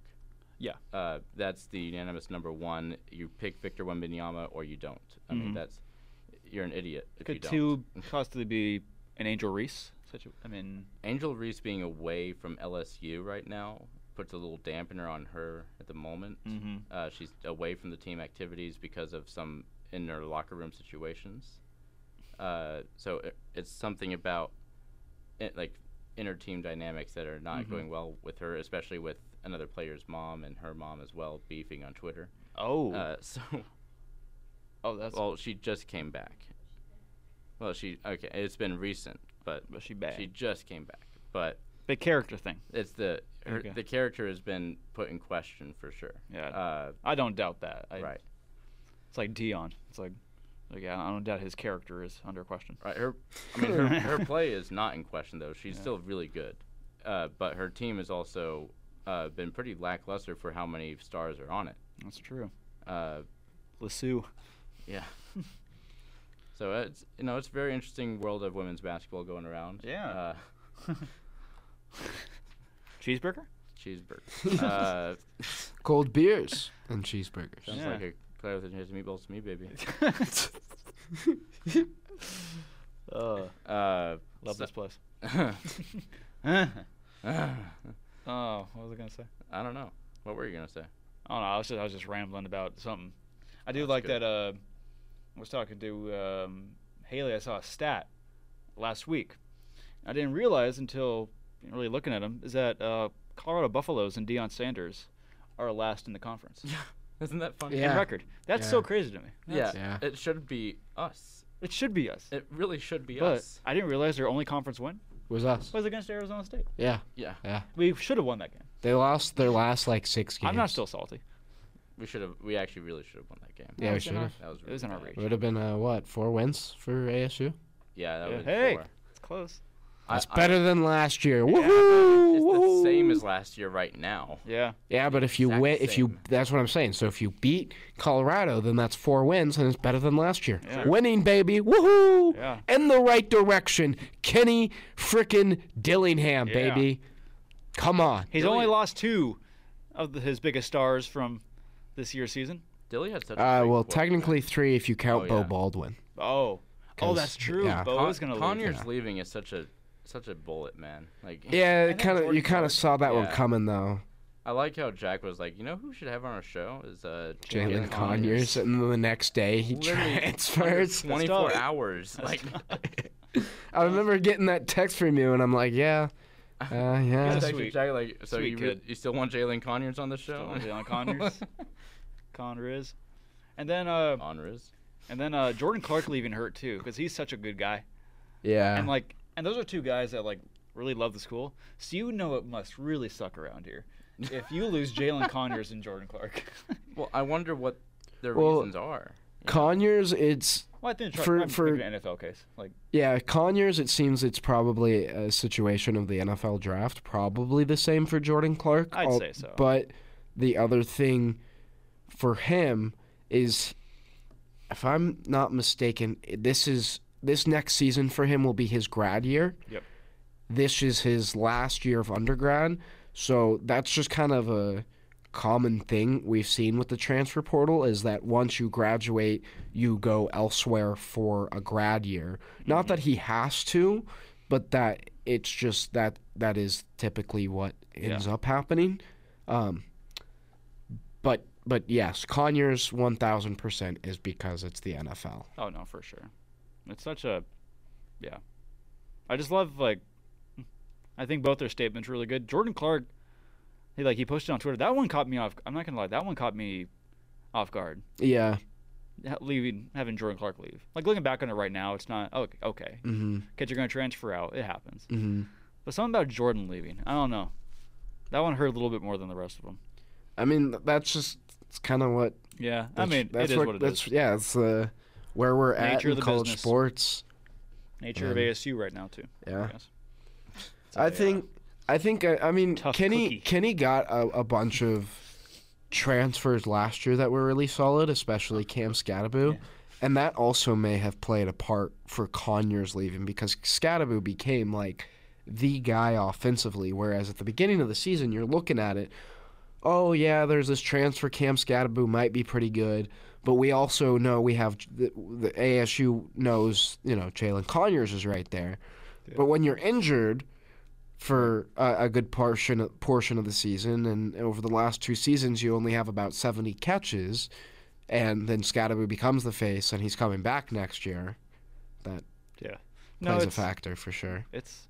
E: Yeah.
C: Uh, that's the unanimous number one. You pick Victor Wembanyama or you don't. I mean, that's you're an idiot if you
E: Mm-hmm. Could
C: don't.
E: two possibly be an Angel Reese? Such a, I mean,
C: Angel Reese being away from LSU right now puts a little dampener on her at the moment.
E: Mm-hmm.
C: Uh, she's away from the team activities because of some inner locker room situations. Uh, so it, it's something about it, like inner team dynamics that are
E: Mm-hmm.
C: not going well with her, especially with another player's mom and her mom as well beefing on Twitter.
E: oh,
C: Uh, so
E: oh, that's
C: well, she just came back. Well, she okay. It's been recent, but
E: But she back.
C: she just came back. But
E: The character thing.
C: it's the her,
E: Okay.
C: the character has been put in question for sure.
E: Yeah.
C: Uh,
E: I don't doubt that. I,
C: right.
E: It's like Dion. It's like, like yeah, I don't doubt his character is under question.
C: Right. Uh, Her, I mean, her, her play is not in question though. She's still really good, uh, but her team has also uh, been pretty lackluster for how many stars are on it.
E: That's true.
C: Uh,
E: Lasso.
C: yeah. so it's you know it's a very interesting world of women's basketball going around.
E: Yeah.
C: Uh,
E: Cheeseburger?
C: cheeseburger. uh,
B: Cold beers and cheeseburgers.
C: sounds
E: Yeah.
C: like a Claire with a taste of meatballs to me, baby.
E: Uh,
C: Uh,
E: love
C: so- Uh-huh.
E: this place.
C: I
E: Oh, what was I gonna say?
C: don't know. What were you gonna say?
E: Oh no, I was just, I was just rambling about something. I do like
C: good.
E: that. Uh, I was talking to um, Haley. I saw a stat last week. I didn't realize until really looking at them is that uh, Colorado Buffaloes and Deion Sanders are last in the conference
C: Isn't that funny?
E: in
B: Yeah.
E: record. That's so
B: Yeah.
E: crazy to me.
C: Yeah,
B: Yeah.
C: It should be us.
E: It should be us,
C: It really should be
E: but
C: us.
E: I didn't realize their only conference win
B: Was us.
E: was against Arizona State.
B: Yeah.
C: Yeah.
B: Yeah.
E: We should have won that game.
B: They lost their last like six games.
E: I'm not still salty.
C: We should have. We actually really should have won that game.
B: Yeah, we
E: it's in
B: should
E: our-
B: have.
C: That was.
E: It was in our
C: bad.
E: reach.
B: It would have been uh, what four wins for ASU.
C: Yeah, that
E: Yeah.
C: was.
E: Hey,
C: Four.
E: it's close.
B: That's
C: I- I-
B: better than last year.
C: It's the
B: Woohoo!
C: same as last year right now.
E: Yeah.
B: Yeah, but if you
C: Exact
B: win, if you
C: same.
B: that's what I'm saying. So if you beat Colorado, then that's four wins, and it's better than last year.
E: Yeah.
B: Winning, baby, woohoo!
E: Yeah.
B: In the right direction, Kenny frickin' Dillingham,
E: Yeah.
B: baby. Come on.
E: He's only
C: Brilliant.
E: lost two of the, his biggest stars from this year's season.
C: Dilly had such. a
B: Uh,
C: great
B: well,
C: quarterback.
B: technically three if you count
C: Oh,
B: Bo
C: yeah.
B: Baldwin.
E: Oh, oh,
B: 'Cause,
E: that's true.
B: yeah.
E: Bo
C: Con-
E: is gonna
C: Conyers
E: leave.
C: leaving is such a such a bullet, man. Like.
B: Yeah, oh,
C: think
B: kind of.
C: Jordan
B: You kind of saw that one
C: Yeah.
B: coming though.
C: I like how Jack was like, you know who we should have on our show is uh
B: Jalen Conyers, and then the next day he
C: Literally
B: transfers.
C: 24
E: tough.
C: hours. Like,
B: I remember getting that text from you, and I'm like, yeah, uh, yeah.
E: That's
C: Texted
E: sweet.
C: Jack, like, so
E: Sweet
C: you, re-
E: kid.
C: you still want Jalen Conyers on the show?
E: Still on Jalen Conyers. Conyers. And then, uh,
C: Conyers.
E: and then uh, Jordan Clark leaving hurt too, because he's such a good guy.
B: Yeah.
E: And like, and those are two guys that like really love the school. So you know it must really suck around here if you lose Jalen Conyers and Jordan Clark.
C: Well, I wonder what their
B: Well,
C: reasons are.
B: Conyers, it's
E: well, I think it's
B: For-
E: for,
B: for-
E: an NFL case. Like,
B: yeah. Conyers, it seems it's probably a situation of the NFL draft. Probably the same for Jordan Clark.
E: I'd
B: al-
E: say so.
B: But the other thing for him is, if I'm not mistaken, this is this next season for him will be his grad year.
E: Yep.
B: This is his last year of undergrad, so that's just kind of a common thing we've seen with the transfer portal is that once you graduate, you go elsewhere for a grad year. Not
E: Mm-hmm.
B: that he has to, but that it's just that that is typically what ends up happening. Um, but but yes, Conyers one thousand percent is because it's the NFL.
E: oh no, for sure. It's such a, yeah. I just love like, I think both their statements really good. Jordan Clark, he like he posted on Twitter. That one caught me off. I'm not gonna lie, that one caught me off guard.
B: Yeah.
E: ha- leaving having Jordan Clark leave. Like looking back on it right now, it's not oh, okay.
B: Mm-hmm.
E: Kids are going to transfer out. It happens.
B: Mm-hmm.
E: But something about Jordan leaving, I don't know. That one hurt a little bit more than the rest of them.
B: I mean th- that's just it's kind of what
E: Yeah, I
B: that's-
E: mean, it
B: that's
E: is
B: what,
E: what it
B: that's
E: is.
B: yeah it's uh, where we're at
E: Nature of
B: in
E: the
B: college
E: business.
B: sports.
E: Nature of ASU right now too.
B: Yeah.
E: I guess.
B: I think I think uh, I, I mean
E: Tough
B: Kenny
E: cookie.
B: Kenny got a, a bunch of transfers last year that were really solid, especially Cam Scataboo. And that also may have played a part for Conyers leaving because Scataboo became like the guy offensively, whereas at the beginning of the season you're looking at it, oh yeah, there's this transfer Cam Scataboo might be pretty good, but we also know we have the, the ASU knows you know Jalen Conyers is right there, but when you're injured for a, a good portion portion of the season, and over the last two seasons you only have about 70 catches, and then Scataboo becomes the face, and he's coming back next year. That
E: Yeah. No,
B: plays
E: it's
B: a factor for sure.
E: it's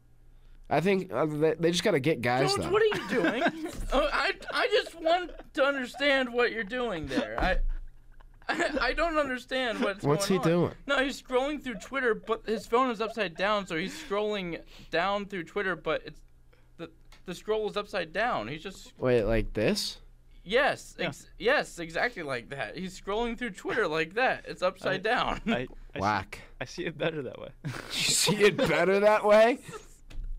B: I think uh, they, they just got to get guys
C: Jones,
B: though.
C: what are you doing? oh, I, I just want to understand what you're doing there. I I don't understand what's
B: What's
C: going
B: he
C: on.
B: doing?
C: No, he's scrolling through Twitter, but his phone is upside down, so he's scrolling down through Twitter, but it's the the scroll is upside down. He's just
B: Wait, like this?
C: yes, ex- yes, exactly like that. He's scrolling through Twitter like that. It's upside down.
E: I, I,
B: Whack.
E: I see it better that way.
B: You see it better that way?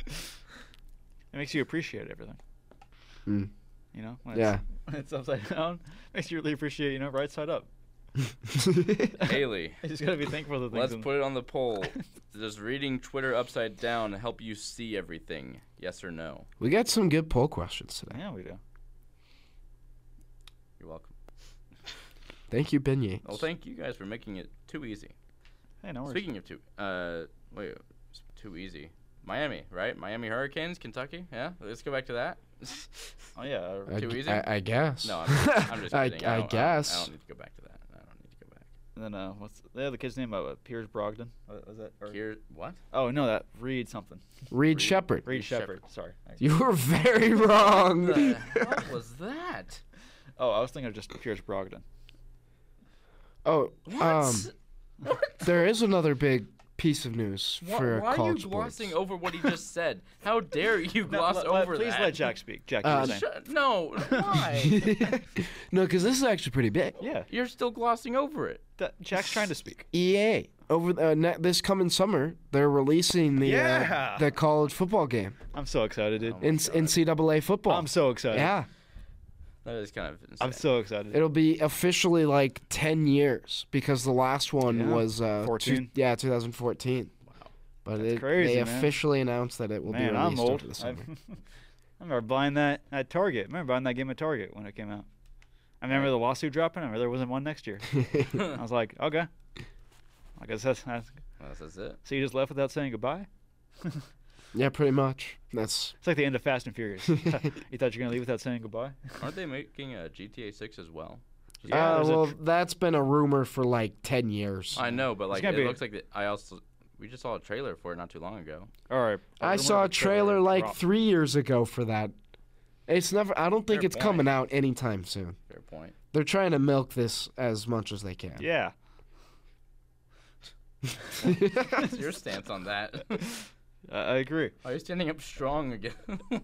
E: It makes you appreciate everything.
B: Mm.
E: You know, when it's, when it's upside down, makes you really appreciate you know right side up.
C: Haley.
E: I just gotta be thankful that things.
C: Let's
E: in-
C: put it on the poll. Does reading Twitter upside down help you see everything? Yes or no?
B: We got some good poll questions today.
E: Yeah, we do.
C: You're welcome.
B: Thank you, Ben Yates.
C: Well, thank you guys for making it too easy.
E: Hey, no worries.
C: Speaking of too, uh, wait, it's too easy. Miami, right? Miami Hurricanes, Kentucky. Yeah, let's go back to that.
E: oh yeah,
B: I
C: too
B: g-
C: easy.
B: I- I guess.
C: No, I'm just, I'm just
B: I-
C: kidding.
B: I
C: don't-
B: guess.
C: I don't, need to go back to that. I don't need to go back.
E: And then uh, what's the other kid's name? Uh, what, Piers Brogdon. What Was that? Or,
C: Here, what?
E: oh no, that Reed something.
B: Reed Shepard.
E: Reed Shepard. Sorry. I-
B: You were very wrong.
C: What was that?
E: Oh, I was thinking of just Piers Brogdon.
B: oh, um, there is another big piece of news
C: Why,
B: for
C: why are you
B: college
C: glossing over what he just said? How dare you
E: No,
C: gloss
E: let- let-
C: over
E: please
C: that?
E: let Jack speak. Jack, you were
C: Uh,
E: saying.
C: shut- no, why?
B: sports. no, because this is actually pretty big.
E: Yeah.
C: You're still glossing over it.
E: That, Jack's trying to speak.
B: EA over the, uh, ne- this coming summer, they're releasing the
E: Yeah.
B: uh, the college football game
E: I'm so excited, dude.
B: in NCAA football.
E: I'm so excited.
B: yeah,
C: That is kind of insane.
E: I'm so excited.
B: it'll be officially like ten years because the last one
E: Yeah.
B: was uh, two-
E: 14.
B: yeah, 2014. Wow, but it,
E: crazy,
B: they
E: man.
B: officially announced that it will
E: Man,
B: be
E: I'm
B: released
E: old.
B: over the
E: I, I
B: summer.
E: remember buying that at Target. I remember buying that game at Target when it came out. I remember the lawsuit dropping. I remember there wasn't one next year. I was like, okay. I guess that's, that's
C: Well, that's it.
E: so. You just left without saying goodbye.
B: yeah, pretty much. That's
E: It's like the end of Fast and Furious. you thought you were gonna leave without saying goodbye?
C: Aren't they making a GTA 6 as well?
E: Yeah,
B: uh,
E: there's a
B: well,
E: tr-
B: that's been a rumor for like ten years.
C: I know, but like it
E: gotta be-
C: looks like the, I also we just saw a trailer for it not too long ago.
E: All right.
B: I saw a trailer like three years ago for that. It's never. I don't think
C: Fair
B: it's
C: point.
B: coming out anytime soon.
C: Fair point.
B: They're trying to milk this as much as they can.
E: Yeah.
C: What's your stance on that?
E: I I agree.
C: Are you standing up strong again?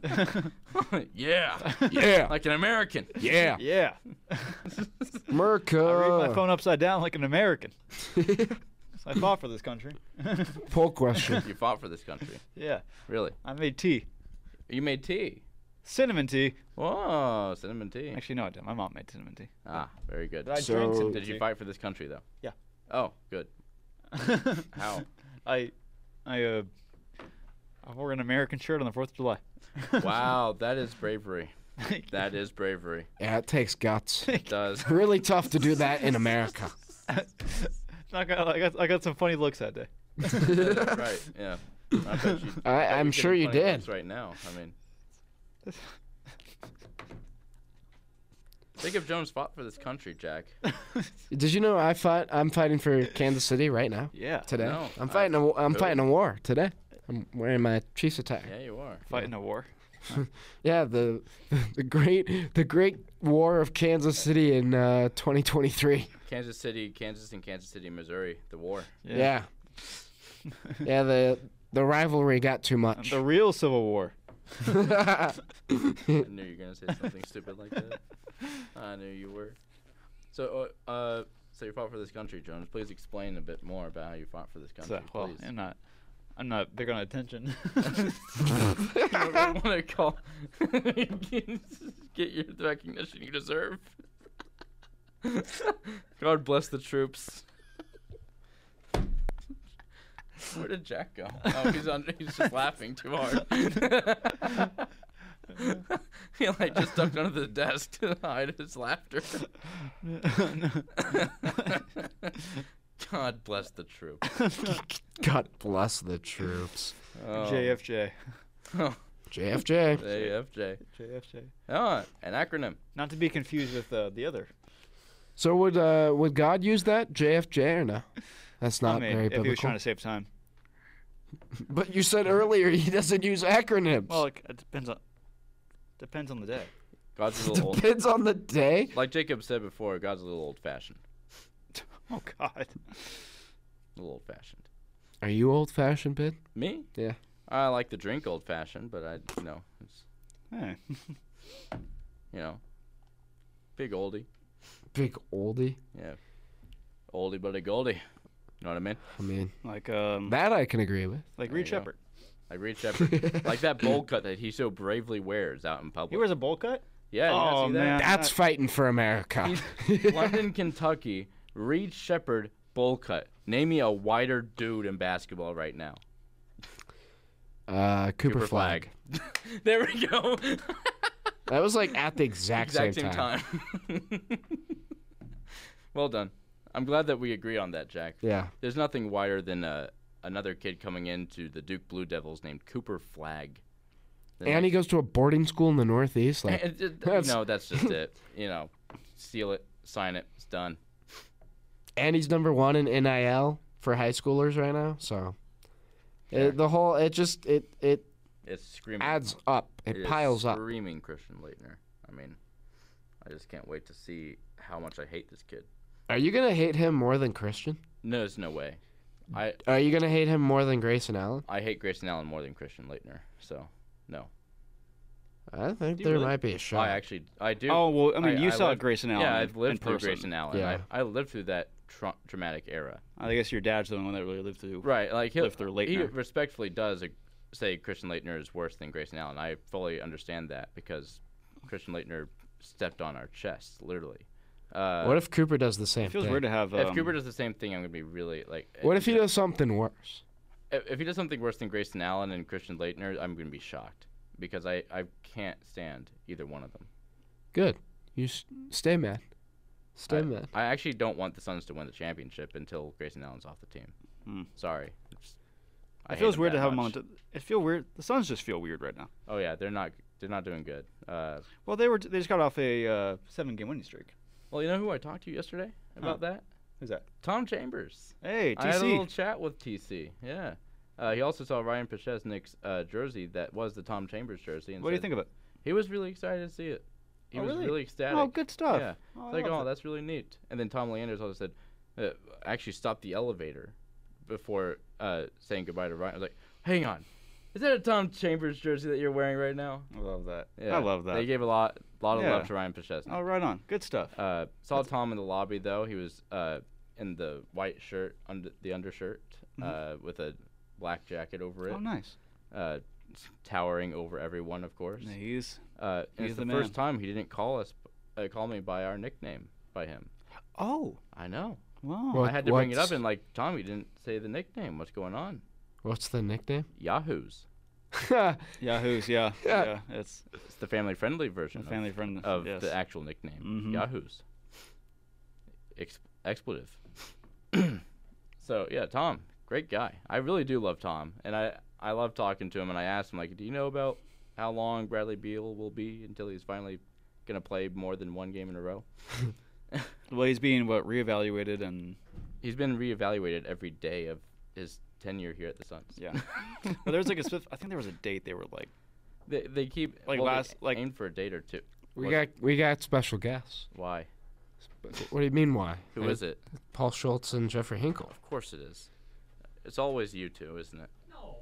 C: yeah,
B: Yeah.
C: like an American.
B: yeah. Uh.
E: Yeah.
B: America.
E: I read my phone upside down like an American. So I fought for this country.
B: Poll question.
C: You fought for this country,
E: yeah.
C: really?
E: I made tea.
C: You made tea.
E: Cinnamon tea.
C: Whoa, cinnamon tea.
E: Actually, no, I didn't. My mom made cinnamon tea.
C: Ah, very good.
E: But I
B: So-
E: drank cinnamon
C: Did you
E: tea.
C: fight for this country though?
E: Yeah.
C: Oh, good. How?
E: I, I, uh, I wore an American shirt on the 4th of July.
C: wow, that is bravery. That is bravery.
B: yeah, it takes guts.
C: It does.
B: really tough to do that in America.
E: I got, I got, I got some funny looks that day.
C: That's right. Yeah. I bet you-
B: I,
C: bet you're
B: I'm
C: getting
B: sure you
C: funny looks
B: did.
C: Right now, I mean. Jacob Jones fought for this country, Jack.
B: Did you know I fought? I'm fighting for Kansas City right now.
E: Yeah.
B: Today.
C: No,
B: I'm
C: I-
B: fighting. A, wa- I'm
C: who?
B: fighting a war today. I'm wearing my Chiefs attack.
C: Yeah, you are.
E: Fighting a war.
B: Yeah, the the great the great war of Kansas City in uh, 2023.
C: Kansas City, Kansas, and Kansas City, Missouri. The war.
B: Yeah. yeah. the the rivalry got too much.
E: The real Civil War.
C: I knew you were gonna say something stupid like that. I knew you were. So, uh, uh, so you fought for this country, Jones. Please explain a bit more about how you fought for this country,
E: So, well,
C: please.
E: I'm not, I'm not big on attention.
C: I want to call. Get your the recognition you deserve. God bless the troops. Where did Jack go? Oh, he's on. He's just laughing too hard. he like just ducked under the desk to hide his laughter.
E: Um,
C: God bless the troops.
B: God bless the troops.
C: Oh.
E: JFJ.
B: JFJ.
C: JFJ.
E: JFJ.
C: Oh, an acronym.
E: Not to be confused with uh, the other.
B: So would uh, would God use that JFJ or no? That's not
E: I mean,
B: very
E: if he was
B: biblical.
E: trying to save time.
B: But you said earlier he doesn't use acronyms.
E: Well, it, it depends on, depends on the day.
C: God's a little old.
B: Depends on the day.
C: Like Jacob said before, God's a little old fashioned.
E: Oh God.
C: A little old fashioned.
B: Are you old fashioned, Ben?
C: Me?
B: Yeah.
C: I like to drink old fashioned, but I you know it's
E: Hey.
C: you know big oldie.
B: Big oldie.
C: Yeah. Oldie but a goldie. You know what I mean?
B: I mean,
E: like um,
B: that I can agree with.
E: Like
C: There
E: Reed
C: you go.
E: Shepard.
C: Like Reed Shepard. like that bowl cut that he so bravely wears out in public.
E: He wears a bowl cut.
C: yeah, you guys
E: Oh,
C: see that?
E: man.
B: That's fighting for America.
C: London, Kentucky, Reed Shepard bowl cut. Name me a wider dude in basketball right now.
B: Uh, Cooper, Flag.
C: Flag. there we go.
B: That was like at the exact,
C: exact same time. well done. I'm glad that we agree on that, Jack.
B: Yeah.
C: There's nothing wider than uh, another kid coming into the Duke Blue Devils named Cooper Flag.
B: And he goes to a boarding school in the Northeast. Like,
C: And it-
B: that's-
C: no, that's just it. You know, seal it, sign it, it's done.
B: and he's number one in NIL for high schoolers right now. So it, the whole it just it it
C: It's screaming.
B: adds up. It,
C: is
B: piles up.
C: Screaming Christian Leitner. I mean, I just can't wait to see how much I hate this kid.
B: Are you gonna hate him more than Christian?
C: No, there's no way. I
B: Are you gonna hate him more than Grayson Allen?
C: I hate Grayson Allen more than Christian Leitner. So no.
B: I think
C: Do you
B: there
C: really?
B: might be a
C: I
B: shot.
C: actually, I do.
E: Oh, well, I mean, you saw
C: lived-
E: Grayson Allen
C: Yeah, I've
E: in
C: lived through
E: person.
C: Grayson Allen.
B: Yeah.
C: I, I lived through that tra- dramatic era.
E: I guess your dad's the only one that really lived through.
C: Right, like he'll,
E: Lived through
C: he
E: Leitner.
C: respectfully does ag- say Christian Leitner is worse than Grayson Allen. I fully understand that because Christian Leitner stepped on our chests, literally. Uh,
B: what if Cooper does the same
E: It feels
B: thing?
E: weird to have. Um,
C: if Cooper does the same thing? I'm gonna be really like.
B: What if he
C: if-
B: does something worse?
C: If if he does something worse than Grayson Allen and Christian Leitner, I'm gonna be shocked because I I can't stand either one of them.
B: Good. You s- stay mad. Stay
C: I,
B: mad.
C: I actually don't want the Suns to win the championship until Grayson Allen's off the team.
E: Hmm.
C: Sorry. It's- I
E: It
C: hate
E: feels weird
C: that
E: to have
C: much.
E: him on. t- It feel weird. The Suns just feel weird right now.
C: Oh yeah, they're not they're not doing good. Uh,
E: Well, they were. They just got off a uh, seven-game winning streak.
C: well, you know who I talked to yesterday about that?
E: Who's that?
C: Tom Chambers.
E: Hey,
C: I had a little
E: TC.
C: chat with TC. Yeah. Uh, he also saw Ryan Pachesnik's uh, jersey that was the Tom Chambers jersey. And
E: What do you
C: said-
E: think of it?
C: He was really excited to see it. He
E: Oh,
C: was
E: really?
C: really, ecstatic.
E: Oh, good stuff.
C: Yeah.
E: Oh, I
C: It's like,
E: love
C: oh,
E: that.
C: that's really neat. And then Tom Leanders also said, uh, actually stopped the elevator before uh, saying goodbye to Ryan. I was like, hang on. Is that a Tom Chambers jersey that you're wearing right now?
E: I love that.
C: Yeah.
E: I love that.
C: They gave a lot, lot of
E: Yeah.
C: love to Ryan Pachesnik.
E: oh, right on. Good stuff.
C: Uh, saw Tom in the lobby though. He was uh, in the white shirt under the undershirt uh, with a black jacket over it,
E: Mm-hmm. oh, nice.
C: uh, s- towering over everyone, of course.
E: Yeah, he's.
C: Uh, and
E: He's
C: it's the,
E: the
C: first time he didn't call us, uh, call me by our nickname by him.
E: Oh,
C: I know.
E: wow.
B: Well-
C: I had to bring it up
B: what's-
C: and like Tom, you didn't say the nickname. What's going on?
B: What's the nickname?
C: Yahoo's.
E: Yahoo's. Yeah. yeah. It's
C: It's the family friendly version
E: a family friend
C: of, of
E: yes.
C: the actual nickname.
E: Mhm.
C: Yahoo's. Ex- expletive. so yeah, Tom, great guy. I really do love Tom, and I I love talking to him. And I asked him like, do you know about how long Bradley Beal will be until he's finally gonna play more than one game in a row?
E: Well, he's being what reevaluated and
C: He's been reevaluated every day of his tenure here at the Suns.
E: yeah. well, there was like a spef- I think there was a date they were like.
C: They, they keep
E: Like
C: well, they
E: last- like-
C: aim for a date or two.
B: We
C: What-
B: got we got special guests.
C: why?
B: What do you mean why?
C: Who is it?
B: Paul Schultz and Jeffrey Hinkle.
C: Of course it is. It's always you two, isn't it?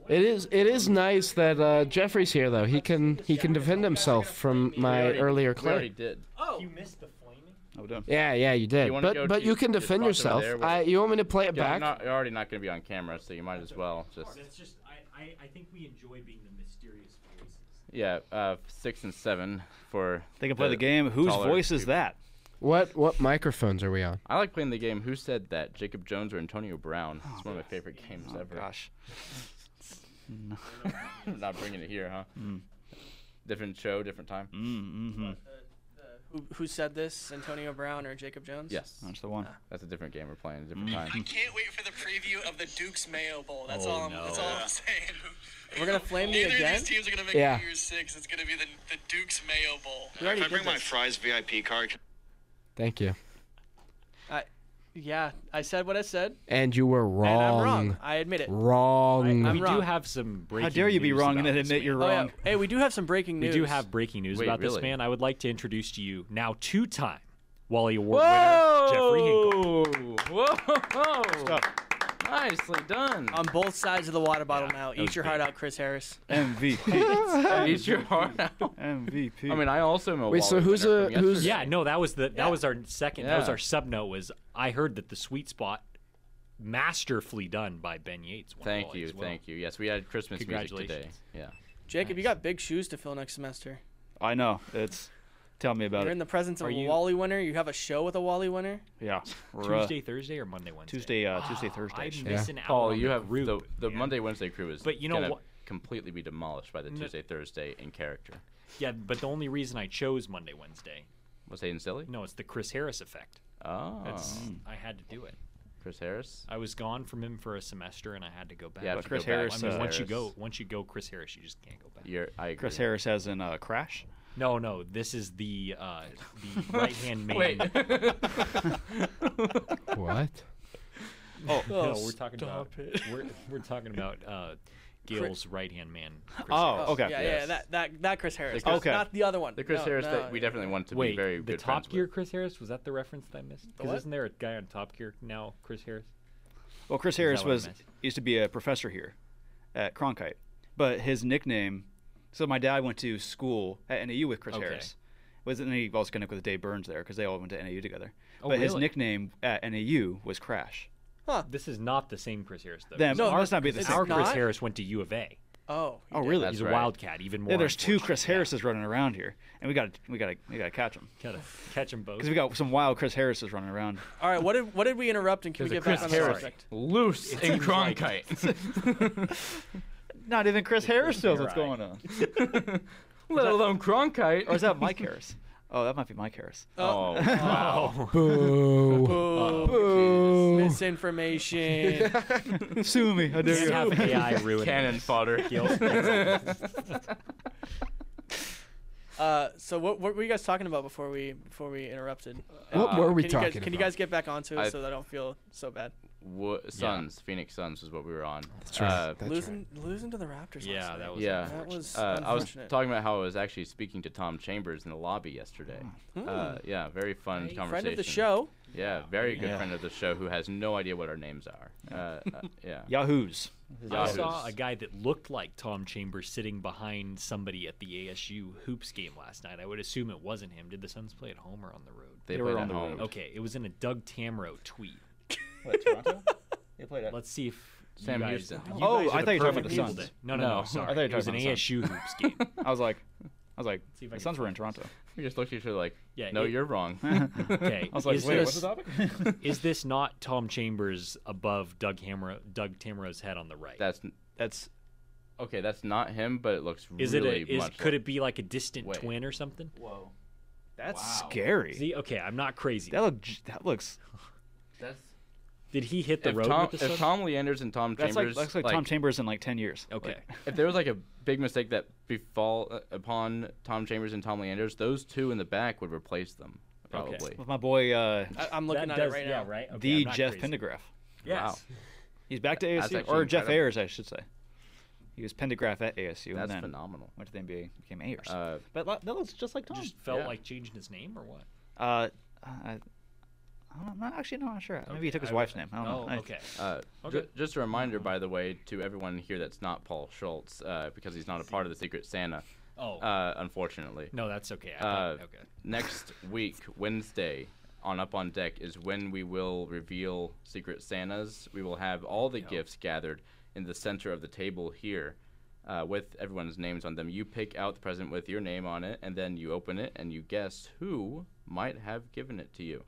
B: It is it is nice that uh, Jeffrey's here though. He can he can defend himself from my
C: already-
B: earlier
C: We already
B: claim.
C: did.
K: Oh,
E: Oh, damn.
B: Yeah, yeah, you did.
C: You wanna go
B: but but
C: to
B: you can
C: your
B: defend
C: spot over
B: yourself.
C: there with-
B: I, you want me to play it
C: Yeah,
B: back?
C: I'm not, you're already not going to be on camera, so you might as well just.
A: That's just I, I, I think we enjoy being the mysterious voices.
C: Yeah, uh, six and seven for.
E: They can play the, game. Whose
C: taller
E: voice is
C: people.
E: that?
B: What what microphones are we on?
C: I like playing the game. Who said that? Jacob Jones or Antonio Brown? It's one of my favorite games
E: Oh,
C: ever.
E: gosh.
C: not bringing it here, huh? Different show, different time.
E: Mm-hmm.
L: Who, who said this? Antonio Brown or Jacob Jones?
C: Yes,
E: That's the one.
C: that's a different game we're playing, a different
L: I
C: time.
L: can't wait for the preview of the Duke's Mayo Bowl. That's all. I'm, That's all
M: no.
L: I'm saying.
K: We're gonna flame me
L: Neither of
K: again.
L: these teams are gonna make
B: Yeah.
L: New Year's Six. It's gonna be the, the Duke's Mayo Bowl.
K: We already
J: If I
K: did
J: bring my
K: this.
J: fries VIP card,
B: Thank you.
K: I, yeah, I said what I said,
B: And you were wrong.
K: and I'm wrong. I admit it.
B: Wrong.
K: I- I'm
A: we
K: wrong.
A: do have some breaking.
E: How dare you be
A: news
E: wrong and
A: about
E: then
A: this
E: admit
A: man.
E: you're
K: Oh, yeah.
E: wrong?
K: Hey, we do have some breaking
A: We
K: news.
A: do have breaking news
C: Wait,
A: about this
C: really?
A: man. I would like to introduce to you now two-time
L: Wally Award winner Jeffrey Hinkle.
C: Whoa! Whoa! Nicely done.
K: On both sides of the water bottle now. Eat your heart out, Chris Harris.
C: MVP. Eat your heart out.
E: MVP.
C: I mean, I also know.
B: Wait, so
C: Wally
B: who's
C: winner
B: a-
C: from
B: who's-
C: yesterday.
L: Yeah, no, that was the that
C: Yeah.
L: was our second. That was
C: Yeah.
L: our sub note. Was I heard that the sweet spot masterfully done by Ben Yates. won
C: Thank
L: Wally
C: you,
L: as well.
C: thank you. Yes, we had Christmas music today.
L: Congratulations.
C: Yeah.
K: Jacob, you got big shoes to fill next semester.
E: I know. It's tell me about
K: You're in
E: it.
K: the presence of
L: Are
K: a
L: you-
K: Wally winner. You have a show with a Wally winner.
E: Yeah. Bruh.
L: Tuesday, Thursday, or Monday, Wednesday.
E: Tuesday, uh, Tuesday, Thursday.
L: I'm
E: shit.
L: missing out.
C: Paul,
L: on
C: you
L: the
C: have
L: group.
C: the the Monday Wednesday crew is
L: But you know
C: gonna
L: what-
C: completely be demolished by the
L: No.
C: Tuesday Thursday in character.
L: Yeah, but the only reason I chose Monday, Wednesday,
C: Was Hayden silly?
L: no, it's the Chris Harris effect.
C: Oh,
L: That's I had to do it.
C: Chris Harris.
L: I was gone from him for a semester, and I had to go back.
C: Yeah,
E: But
C: to go
E: Chris
C: back.
E: Harris,
L: I mean,
E: uh,
L: once you
C: Harris.
L: go, once you go, Chris Harris, you just can't go back.
C: You're, I agree.
E: Chris Harris has in uh, Crash.
L: No, no, this is the uh, the right hand man.
C: Wait.
B: What?
L: Oh,
K: Oh,
L: no, we're talking about we're we're talking about uh, Gil's right hand man. Chris
E: Oh,
L: Harris.
E: okay.
K: Yeah, yeah,
C: Yes.
K: that that that Chris Harris.
C: The Chris-
E: Okay.
K: Not the other one.
C: The Chris
K: No,
C: Harris
K: no,
C: that we
K: yeah.
C: definitely wanted to
L: Wait,
C: be very
L: the
C: good
L: Top
C: friends
L: Gear
C: with.
L: Chris Harris was that the reference that I missed? Because
K: what?
L: isn't there a guy on Top Gear now, Chris Harris?
E: Well, Chris Harris
L: that what I
E: was
L: meant?
E: used to be a professor here at Cronkite, but his nickname. So my dad went to school at NAU with Chris
L: Okay.
E: Harris. Was and he also connected with Dave Burns there because they all went to NAU together.
L: Oh,
E: but his
L: really?
E: nickname at NAU was Crash.
L: This is not the same Chris Harris though.
E: Then
L: because
E: Uh, no,
L: our,
E: must not be the
K: Is
E: same.
L: our
K: it
L: Chris
K: not?
L: Harris went to U of A.
K: Oh.
E: Oh, really?
C: That's
L: He's a
C: right.
L: wildcat, even more.
E: yeah, there's two
L: unfortunate.
E: Chris Harrises running around here, and we got to we got to we got to catch them
L: Gotta catch them both.
E: because we got some wild Chris Harrises running around.
K: All right. What did what did we interrupt? And can we
C: There's a
K: get
C: Chris
K: back on the
C: Harris
K: subject?
C: loose in
L: seems like-
C: Cronkite.
E: Not even Chris Harris knows what's
L: Harris.
E: going on.
C: Let alone Cronkite.
E: Or is that Mike Harris? Oh, that might be Mike Harris.
C: Oh, wow.
B: Boo.
K: Oh, Boo. Misinformation.
E: Sue me, I dare
L: Can't
E: you.
L: have AI ruin
C: Cannon fodder.
K: uh, so what, what were you guys talking about before we before we interrupted? Uh,
B: What were we
K: can
B: talking
K: you guys, Can you
B: about?
K: guys get back onto it
C: I-
K: so that I don't feel so bad?
C: Wo- Suns, Phoenix Suns was what we were on.
B: That's right.
C: Uh,
B: That's
K: losing losing to the Raptors.
L: Yeah,
K: last
L: that
K: night.
L: was
C: yeah.
K: That was
C: Uh, I was
K: unfortunate.
C: talking about how I was actually speaking to Tom Chambers in the lobby yesterday. Uh, yeah, very fun
K: Hey,
C: conversation.
K: friend of the show.
C: Yeah, very good
E: Yeah.
C: friend of the show who has no idea what our names are. Uh, uh, yeah.
E: Yahoo's.
L: I
C: Yahoo's.
L: saw a guy that looked like Tom Chambers sitting behind somebody at the ASU hoops game last night. I would assume it wasn't him. Did the Suns play at home or on the road?
C: They,
E: They
C: played
E: were on
C: at
E: the
C: home.
E: road.
L: Okay, it was in a Doug Tamro tweet.
E: Toronto? They played at.
L: Let's see if you
C: Sam
L: guys,
C: Houston.
L: you
E: Oh,
L: guys are
E: I thought you were talking about
L: perfect
E: the
L: people
E: Suns.
L: to- No, no, no.
C: No.
L: sorry.
E: I thought you were
L: it was an
E: talking about the
L: ASU hoops game.
E: I was like, I was like,
L: See if
E: the
L: I can
E: Suns were in
L: find
E: Toronto.
C: We just looked at each other like,
L: Yeah,
C: no,
L: it-
C: you're wrong.
L: Okay.
E: I was like,
L: is
E: wait, what's
L: this,
E: the topic?
L: is this not Tom Chambers above Doug Hammer, Doug Tamro's head on the right?
C: that's
E: That's
C: okay. That's not him, but it looks
L: is
C: really
L: it? A, is
C: much.
L: could
C: like-
L: it be like a distant
C: Wait.
L: twin or something?
E: whoa. That's
C: Wow.
E: scary.
L: See, okay, I'm not crazy.
E: that look. That looks.
C: That's,
L: Did he hit the
C: if
L: road
C: Tom,
L: with the
C: if
L: Suns?
C: Tom Leanders and Tom
E: That's
C: Chambers,
E: like looks like, Tom Chambers in like ten years.
L: okay.
E: Like,
C: if there was like a big mistake that befall uh, upon Tom Chambers and Tom Leanders, those two in the back would replace them
L: Okay.
C: probably.
E: with my boy, uh,
K: I, I'm looking
L: that
K: at
L: does,
K: it right
L: yeah,
K: now.
L: right? Okay, I'm
E: the
L: not
E: Jeff
L: crazy.
E: Pendergraph.
L: Yes.
C: Wow.
E: He's back to
C: That's
E: ASU
C: actually
E: or Jeff
C: incredible.
E: Ayers, I should say. He was Pendergraph at ASU.
C: That's
E: and then
C: phenomenal.
E: Went to the NBA, became Ayers.
C: Uh,
E: but lo- that looks just like Tom.
L: Just felt
C: Yeah.
L: like changing his name or what?
E: Uh, I, I'm not actually no, I'm not sure. Maybe he took his
L: I-
E: wife's name. I don't
L: Oh,
E: know. I-
L: okay.
C: Uh,
L: Okay.
C: ju- just a reminder, by the way, to everyone here that's not Paul Schultz, uh, because he's not a part of the Secret Santa,
L: Oh.
C: uh, unfortunately.
L: no, that's okay. I
C: Uh,
L: thought, okay.
C: Next week, Wednesday, on Up on Deck is when we will reveal Secret Santas. We will have all the gifts gathered in the center of the table here. Uh, with everyone's names on them, you pick out the present with your name on it, and then you open it and you guess who might have given it to you.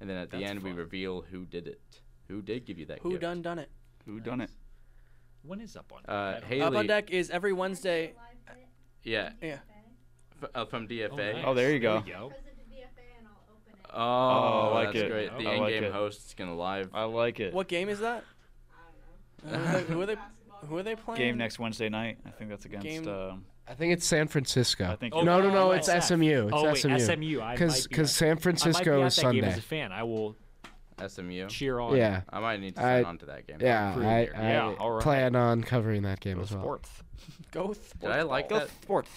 C: And then at the
L: That's
C: end, we
L: fun.
C: reveal who did it, who did give you that
K: Who
C: gift.
K: done done it?
E: Who done it?
L: When is up on? I
C: Uh,
L: don't-
C: Haley,
K: Up on deck is every Wednesday.
C: yeah,
K: Yeah.
C: f- uh, from
L: Oh,
C: DFA.
L: nice.
E: Oh, there you go.
L: we go.
C: Oh,
E: I like
C: that's
E: it.
L: Oh,
C: great. The
E: I like
C: in-game
E: it.
C: host's gonna live.
E: I like it.
K: What game is that? Uh, Who are they? Who are they playing?
E: game next Wednesday night? I think that's against.
K: Game-
E: Um,
B: I think it's San Francisco.
E: I think.
L: Oh,
B: no, no, no.
L: oh,
B: It's
L: SF.
B: SMU. It's
L: oh, wait,
B: SMU.
L: SMU. I might be
B: Because
L: at-
B: San
L: I might be
B: Francisco
L: at
B: is
L: that game
B: Sunday.
L: as a fan. I will.
C: SMU.
L: Cheer on.
B: Yeah.
C: I might need to sign on to that game.
B: Yeah,
C: For a
B: I,
C: year.
B: I plan on covering that game as well.
L: Sports.
K: Go
C: Did I like that,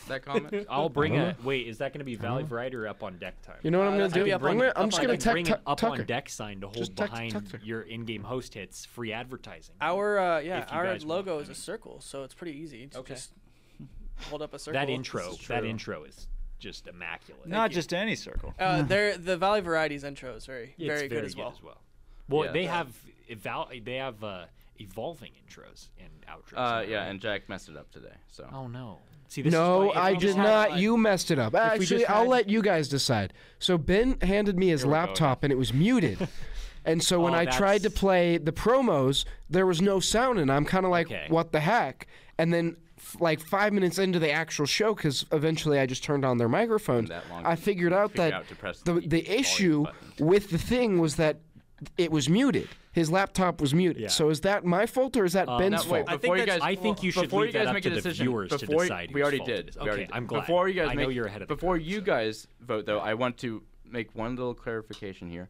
C: that comment?
L: I'll bring
B: I
L: it. Wait, is that going to be Valley Variety or up on deck time?
B: You know what I'm gonna
L: Uh, that's gotta
B: do?
L: be up
B: Bring
L: on-
B: it- I'm
L: up
B: just
L: on
B: gonna
L: deck.
B: tec-
L: bring
B: tuck-
L: an up
B: Tucker.
L: on deck sign to hold
B: Just tuck-
L: behind
B: tuck there.
L: your in-game host hits. Free advertising.
K: Our uh, yeah,
L: If you
K: our
L: guys want,
K: logo is a circle, so it's pretty easy to
L: Okay.
K: just hold up a circle.
L: That
K: This
L: intro.
K: is
L: That
K: true.
L: intro is just immaculate.
E: Not just any circle.
K: Uh, there, the Valley Varieties intro is very,
L: It's
K: very,
L: very
K: good, as
L: good
K: well.
L: as well. Well,
C: Yeah.
L: they
C: Yeah.
L: have eval- They have uh, evolving intros and outros.
C: Uh,
L: now,
C: yeah,
L: right?
C: and Jack messed it up today. So.
L: Oh no. See, this is
B: No,
L: why if
B: I
L: we
B: did
L: just
B: not.
L: had-
B: you messed it up.
L: If we
B: Actually,
L: just
B: I'll
L: had-
B: let you guys decide. So Ben handed me his laptop and it was muted. And so when
L: Oh,
B: I tried to play the promos, there was no sound, and I'm kind of like,
L: Okay.
B: "What the heck?" And then, f- like five minutes into the actual show, because eventually I just turned on their microphones,
C: that long
B: I figured out
C: figure
B: that
C: out to press
B: the
C: the
B: the issue with the thing was that it was muted. His laptop was muted.
L: Yeah.
B: So is that my fault or is that
L: Um,
B: Ben's
C: No, wait,
B: fault?
L: I
C: before
L: think
C: you
L: that's-
C: guys,
L: I think you should
C: before
L: leave
C: you guys
L: that up
C: make
L: to
C: a
L: the
C: decision,
L: viewers to
C: before,
L: decide
C: We
L: whose
C: already
L: fault it
C: did.
L: is.
C: we already
L: Okay,
C: did.
L: I'm glad.
C: Before you guys
L: I know
C: make,
L: you're ahead of the
C: Before
L: curve,
C: you
L: so.
C: guys vote, though, I want to make one little clarification here.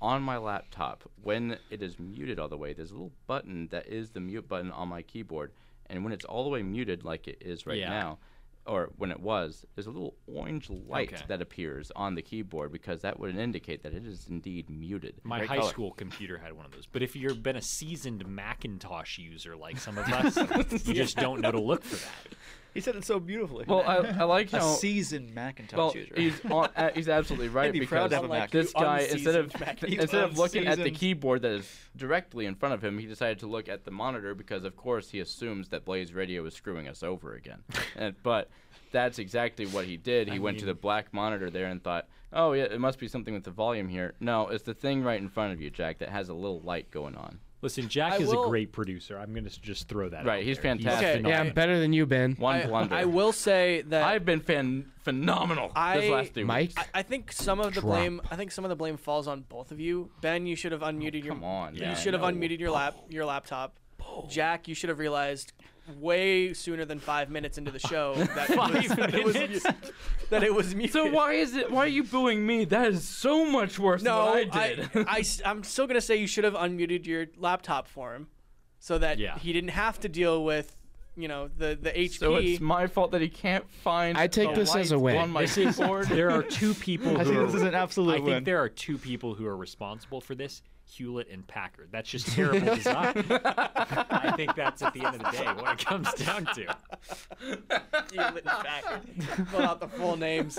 C: On my laptop, when it is muted all the way, there's a little button that is the mute button on my keyboard, and when it's all the way muted, like it is right
L: Yeah.
C: now. Or when it was, there's a little orange light
L: Okay.
C: that appears on the keyboard because that would indicate that it is indeed muted.
L: My
C: Great
L: high
C: color.
L: school computer had one of those. But if you've been a seasoned Macintosh user like some of us, you just don't know to look for that.
K: He said it so beautifully.
C: Well, I, I like
E: A
C: how
E: seasoned Macintosh
C: Well,
E: user.
C: he's on, uh, he's absolutely right
E: I'd be
C: because
E: proud of a Mac.
C: this
E: You
C: guy instead of
E: unseasoned Mac.
C: th-
E: You
C: instead of looking at the
E: unseasoned.
C: keyboard that is directly in front of him, he decided to look at the monitor because of course he assumes that Blaze Radio is screwing us over again. and, but that's exactly what he did. He
L: I
C: went to
L: mean-
C: the black monitor there and thought, "Oh yeah, it must be something with the volume here." No, it's the thing right in front of you, Jack, that has a little light going on.
L: Listen, Jack
K: I
L: is
K: will-
L: a great producer. I'm going to just throw that
C: Right,
L: out
C: he's
L: there.
C: fantastic.
K: Okay,
B: yeah, I'm better than you, Ben.
C: One
K: I,
C: blunder.
K: I will say that
C: I've been fan- phenomenal
K: I-
C: this last two
B: Mike.
C: weeks.
K: I, I think some of the
B: Drop.
K: blame. I think some of the blame falls on both of you. Ben, you should
L: Oh,
K: have unmuted your.
C: Come on,
K: You
C: man.
K: should have unmuted your lap your laptop. Jack, you should have realized way sooner than five minutes into the show that it was, that, it was, that it was muted.
C: So why is it? Why are you booing me? That is so much worse
K: No,
C: than what I did.
K: am still gonna say you should have unmuted your laptop for him, so that
L: Yeah.
K: he didn't have to deal with, you know, the the HP.
C: so it's my fault that he can't find.
B: I take
C: the
B: this as a
C: lights
B: win.
C: On my keyboard.
L: There are two people
E: I
L: who
E: think
L: are,
E: this is an absolute
L: I think
E: win.
L: there are two people who are responsible for this, Hewlett and Packard. That's just terrible design. I think that's at the end of the day what it comes down to.
K: Fill out the full names.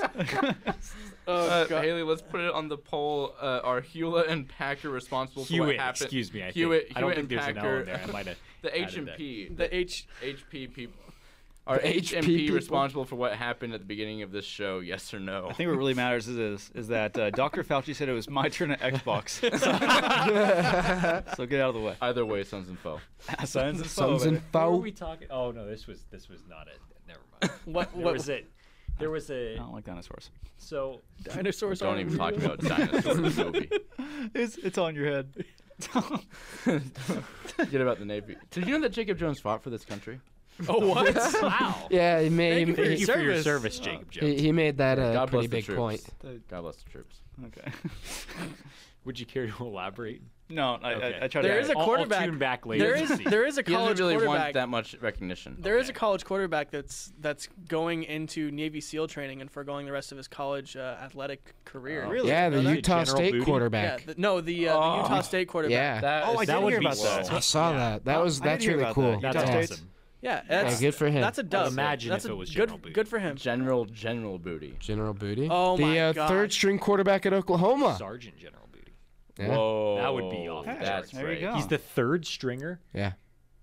K: Oh,
C: Uh,
K: God.
C: Haley, let's put it on the poll. Uh, are Hewlett and Packer responsible for what
L: Hewitt,
C: happened?
L: excuse me. I,
C: Hewitt,
L: think, I don't
C: Hewitt
L: think
C: and
L: there's an
C: Packer-
L: L in there. I might have
C: The H
L: added
C: and
L: that.
C: P.
K: The H.
C: HP people. Are
B: The
C: H
B: HP
C: and P
B: people?
C: responsible for what happened at the beginning of this show? Yes or no?
E: I think what really matters is is, is that uh, Dr. Fauci said it was my turn at Xbox. so get out of the way.
C: Either way, sons and foe.
E: Sons and
B: Sons
E: foe,
B: and
E: baby.
L: Who are
B: foe.
L: we talking? Oh no, this was this was not it. Never mind.
K: What-
L: There
K: what-
L: was it? There was
E: I
L: a
E: don't like dinosaurs.
L: so
K: Dinosaurs
C: Don't even talk about dinosaurs movie.
E: It's, it's on your head.
C: Forget about the Navy. Did you know that Jacob Jones fought for this country?
K: Oh what?
L: wow.
B: Yeah, he made,
L: Thank you
B: he,
L: for your service, Jacob
B: he,
L: Jones.
B: he made that uh, a
C: God
B: pretty
C: bless the troops.
B: big point.
C: God bless the troops.
E: okay.
L: Would you care to elaborate?
E: No, I,
L: Okay.
E: I, I try
K: There
E: to.
K: is a
L: I'll- I'll
K: quarterback.
L: tune back later
K: there
L: to
K: is
L: see.
K: there is
C: He
K: a
C: doesn't
K: college
C: really want
K: quarterback.
C: that much recognition.
K: There is a
L: Okay.
K: college quarterback that's that's going into Navy SEAL training and foregoing the rest of his college uh, athletic
L: Oh.
K: career.
E: Really?
B: Yeah, the
K: No, that-
B: Utah
L: General
B: State
L: Booty?
K: Yeah,
B: quarterback.
K: the, no, the, uh, the
L: Oh.
K: Utah State quarterback.
B: Yeah,
C: That
E: Oh,
C: is-
E: I
L: that
E: did
L: would
E: hear
L: be
E: about that.
B: I saw that. That
E: I-
B: was
E: I did
B: that's
E: hear
B: really
E: about
B: cool.
E: that.
L: That's
E: Utah
B: Yeah.
E: State's-
L: awesome.
K: Yeah, that's
B: good for him.
K: That's a dub.
L: imagine
K: that's
L: if
K: a
L: it was
K: good.
L: General Booty.
K: Good for him.
C: General General Booty.
B: General Booty.
K: Oh
B: the
K: my
B: uh,
K: God.
B: third string quarterback at Oklahoma.
L: Sergeant General Booty.
B: Yeah.
C: Whoa,
L: That would be awful.
C: That's
E: There you
C: great.
E: go.
L: He's the third stringer.
B: Yeah.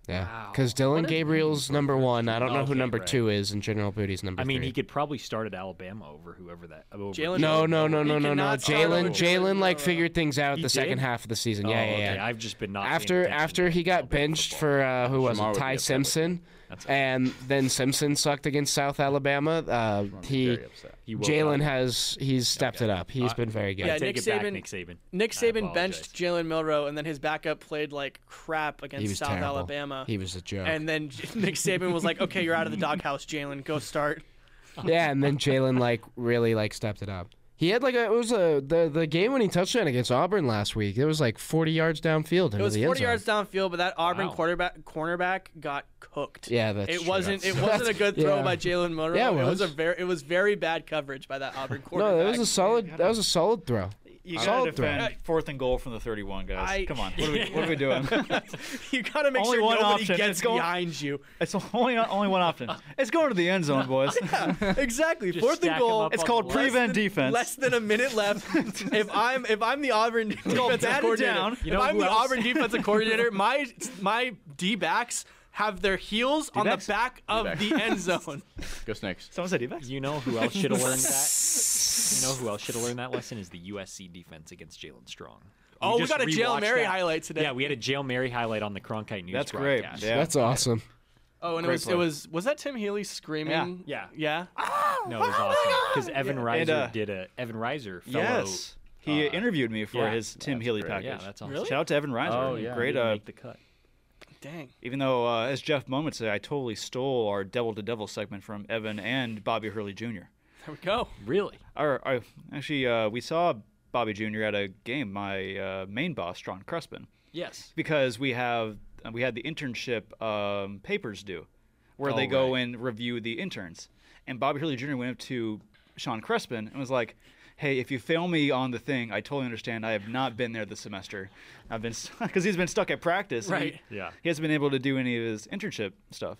B: Yeah,
L: Wow.
B: because Dylan Gabriel's number one. I don't know who
L: Oh, Okay,
B: number
L: right.
B: two is, and General Booty's number
L: I mean,
B: three.
L: he could probably start at Alabama over whoever that. Over
K: Jalen-
B: no, no, no,
K: He
B: no, no, no.
K: cannot start
B: Jalen,
K: over
B: Jalen,
K: Jalen
B: like
K: Milroe.
B: figured things out
L: He
B: the second
L: did?
B: half of the season.
L: Oh,
B: yeah, yeah,
L: okay.
B: yeah.
L: I've just been not paying
B: after
L: attention
B: after
L: to
B: he got
L: Alabama
B: benched
L: football.
B: for uh, who was
C: Shamar
B: it,
C: would be upset
B: Ty
C: with
B: Simpson, and then Simpson sucked against South Alabama. Uh, he
C: Very upset.
L: He woke
B: Jalen
L: up.
B: has he's stepped it up. He's been very good.
K: Yeah,
L: I take
K: Nick
L: it back,
K: Saban-
L: Nick Saban.
K: Nick
L: I
K: Saban
L: apologize.
K: benched Jalen Milrow, and then his backup played like crap
B: he
K: against
B: was
K: South
B: terrible.
K: Alabama.
B: He was a joke.
K: and then J- Nick Saban was like, "Okay, you're out of the doghouse, Jalen. Go start."
B: yeah, and then Jalen like really like stepped it up. He had like a, it was a the the game when he touched it against Auburn last week. It was like 40 yards downfield.
K: It
B: into
K: was
B: the end
K: 40
B: zone.
K: yards downfield, but that Auburn
B: Wow.
K: quarterback cornerback got cooked.
B: Yeah, that's
K: it
B: true.
K: wasn't.
B: That's-
K: It wasn't a good
B: that's-
K: throw
B: yeah.
K: by Jalen Murray.
B: Yeah, it
K: it was a
B: was.
K: very. It was very bad coverage by that Auburn quarterback.
B: No, that was a solid. That was a solid throw.
E: You gotta
B: solid throw.
E: defend fourth and goal from the 31, guys.
K: I-
E: Come on, what are we, what are we doing?
K: you gotta make
E: only
K: sure
E: one
K: nobody
E: option.
K: gets
E: it's going,
K: behind you.
E: It's only only one option. It's going to the end zone, boys.
K: exactly.
E: Just
K: Fourth and
E: stack 'em
K: goal.
E: up It's on called the left. prevent
K: Less than-
E: defense.
K: Less than a minute left. if I'm if I'm the Auburn
E: called
K: defensive
E: bat it
K: coordinator,
E: down. You know
K: if I'm
E: who
K: the
E: else-
K: Auburn defensive coordinator, my my D backs have their heels on the
C: D-backs?
K: back of
C: D-backs.
K: the end zone.
C: Go snakes.
E: Someone said Evax.
L: You know who else should have learned that? You know who else should have learned that lesson is the USC defense against Jalen Strong.
K: Oh, we
L: just
K: got a Jalen
L: rewatched
K: Murray
L: that.
K: highlight today.
L: Yeah, we had a Jail Mary highlight on the Cronkite News
E: That's great.
L: broadcast.
E: Yeah.
B: That's awesome.
K: Oh, and
L: Great
K: it was
L: play.
K: it was was that Tim Healy screaming?
L: Yeah.
K: yeah. Ah,
L: No, it
K: Oh
L: was awesome because Evan
E: Yeah.
L: Reiser
E: And, uh,
L: did a Evan Reiser fellow.
E: Yes. He interviewed me for
L: yeah,
E: his Tim Healy package.
L: Yeah, that's awesome.
E: Shout out to Evan Reiser.
L: Oh, yeah,
E: Great.
L: he
E: Uh,
L: make the cut.
K: Dang.
E: even though, uh, as Jeff Moment said, I totally stole our Devil to Devil segment from Evan and Bobby Hurley Jr.
K: There we go.
L: Really?
E: Our, our, actually, uh, we saw Bobby Jr. at a game, my uh, main boss, John Crespin.
L: Yes.
E: because we have we had the internship um, papers due, where
L: Oh,
E: they go and review the interns. And Bobby Hurley Jr. went up to Sean Crespin and was like, "Hey, if you fail me on the thing, I totally understand. I have not been there this semester. I've been because he's been stuck at practice. and
K: Right.
E: He,
L: Yeah.
E: He hasn't been able to do any of his internship stuff.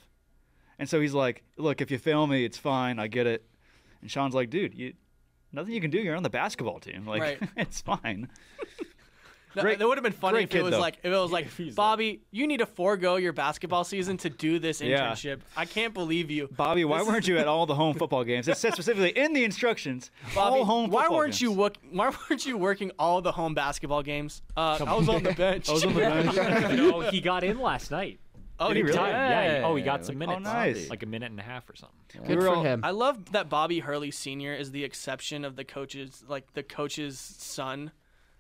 E: And so he's like, "Look, if you fail me, it's fine. I get it." And Sean's like, "Dude, you." Nothing you can do. You're on the basketball team. Like
K: Right.
E: it's fine.
K: No,
E: Great-
K: that would have been funny
E: great
K: if it
E: kid,
K: was
E: though.
K: like if it was like Bobby, you need to forego your basketball season to do this
E: Yeah.
K: internship. I can't believe you,
E: Bobby, why
K: This is-
E: weren't you at all the home football games? It said specifically in the instructions,
K: Bobby,
E: all home
K: why
E: football
K: weren't
E: games.
K: you work, Why weren't you working all the home basketball games? Uh, I was on the bench.
E: I was on the bench.
L: no, Oh, he got in last night.
K: Oh,
L: Big
K: he really?
L: time. Yeah. he- Oh, he
E: Hey,
L: got some
E: look- oh,
L: minutes.
E: nice.
L: Like a minute and a half or something.
B: Good for him.
K: I love that Bobby Hurley Sr. is the exception of the coach's like the coach's son.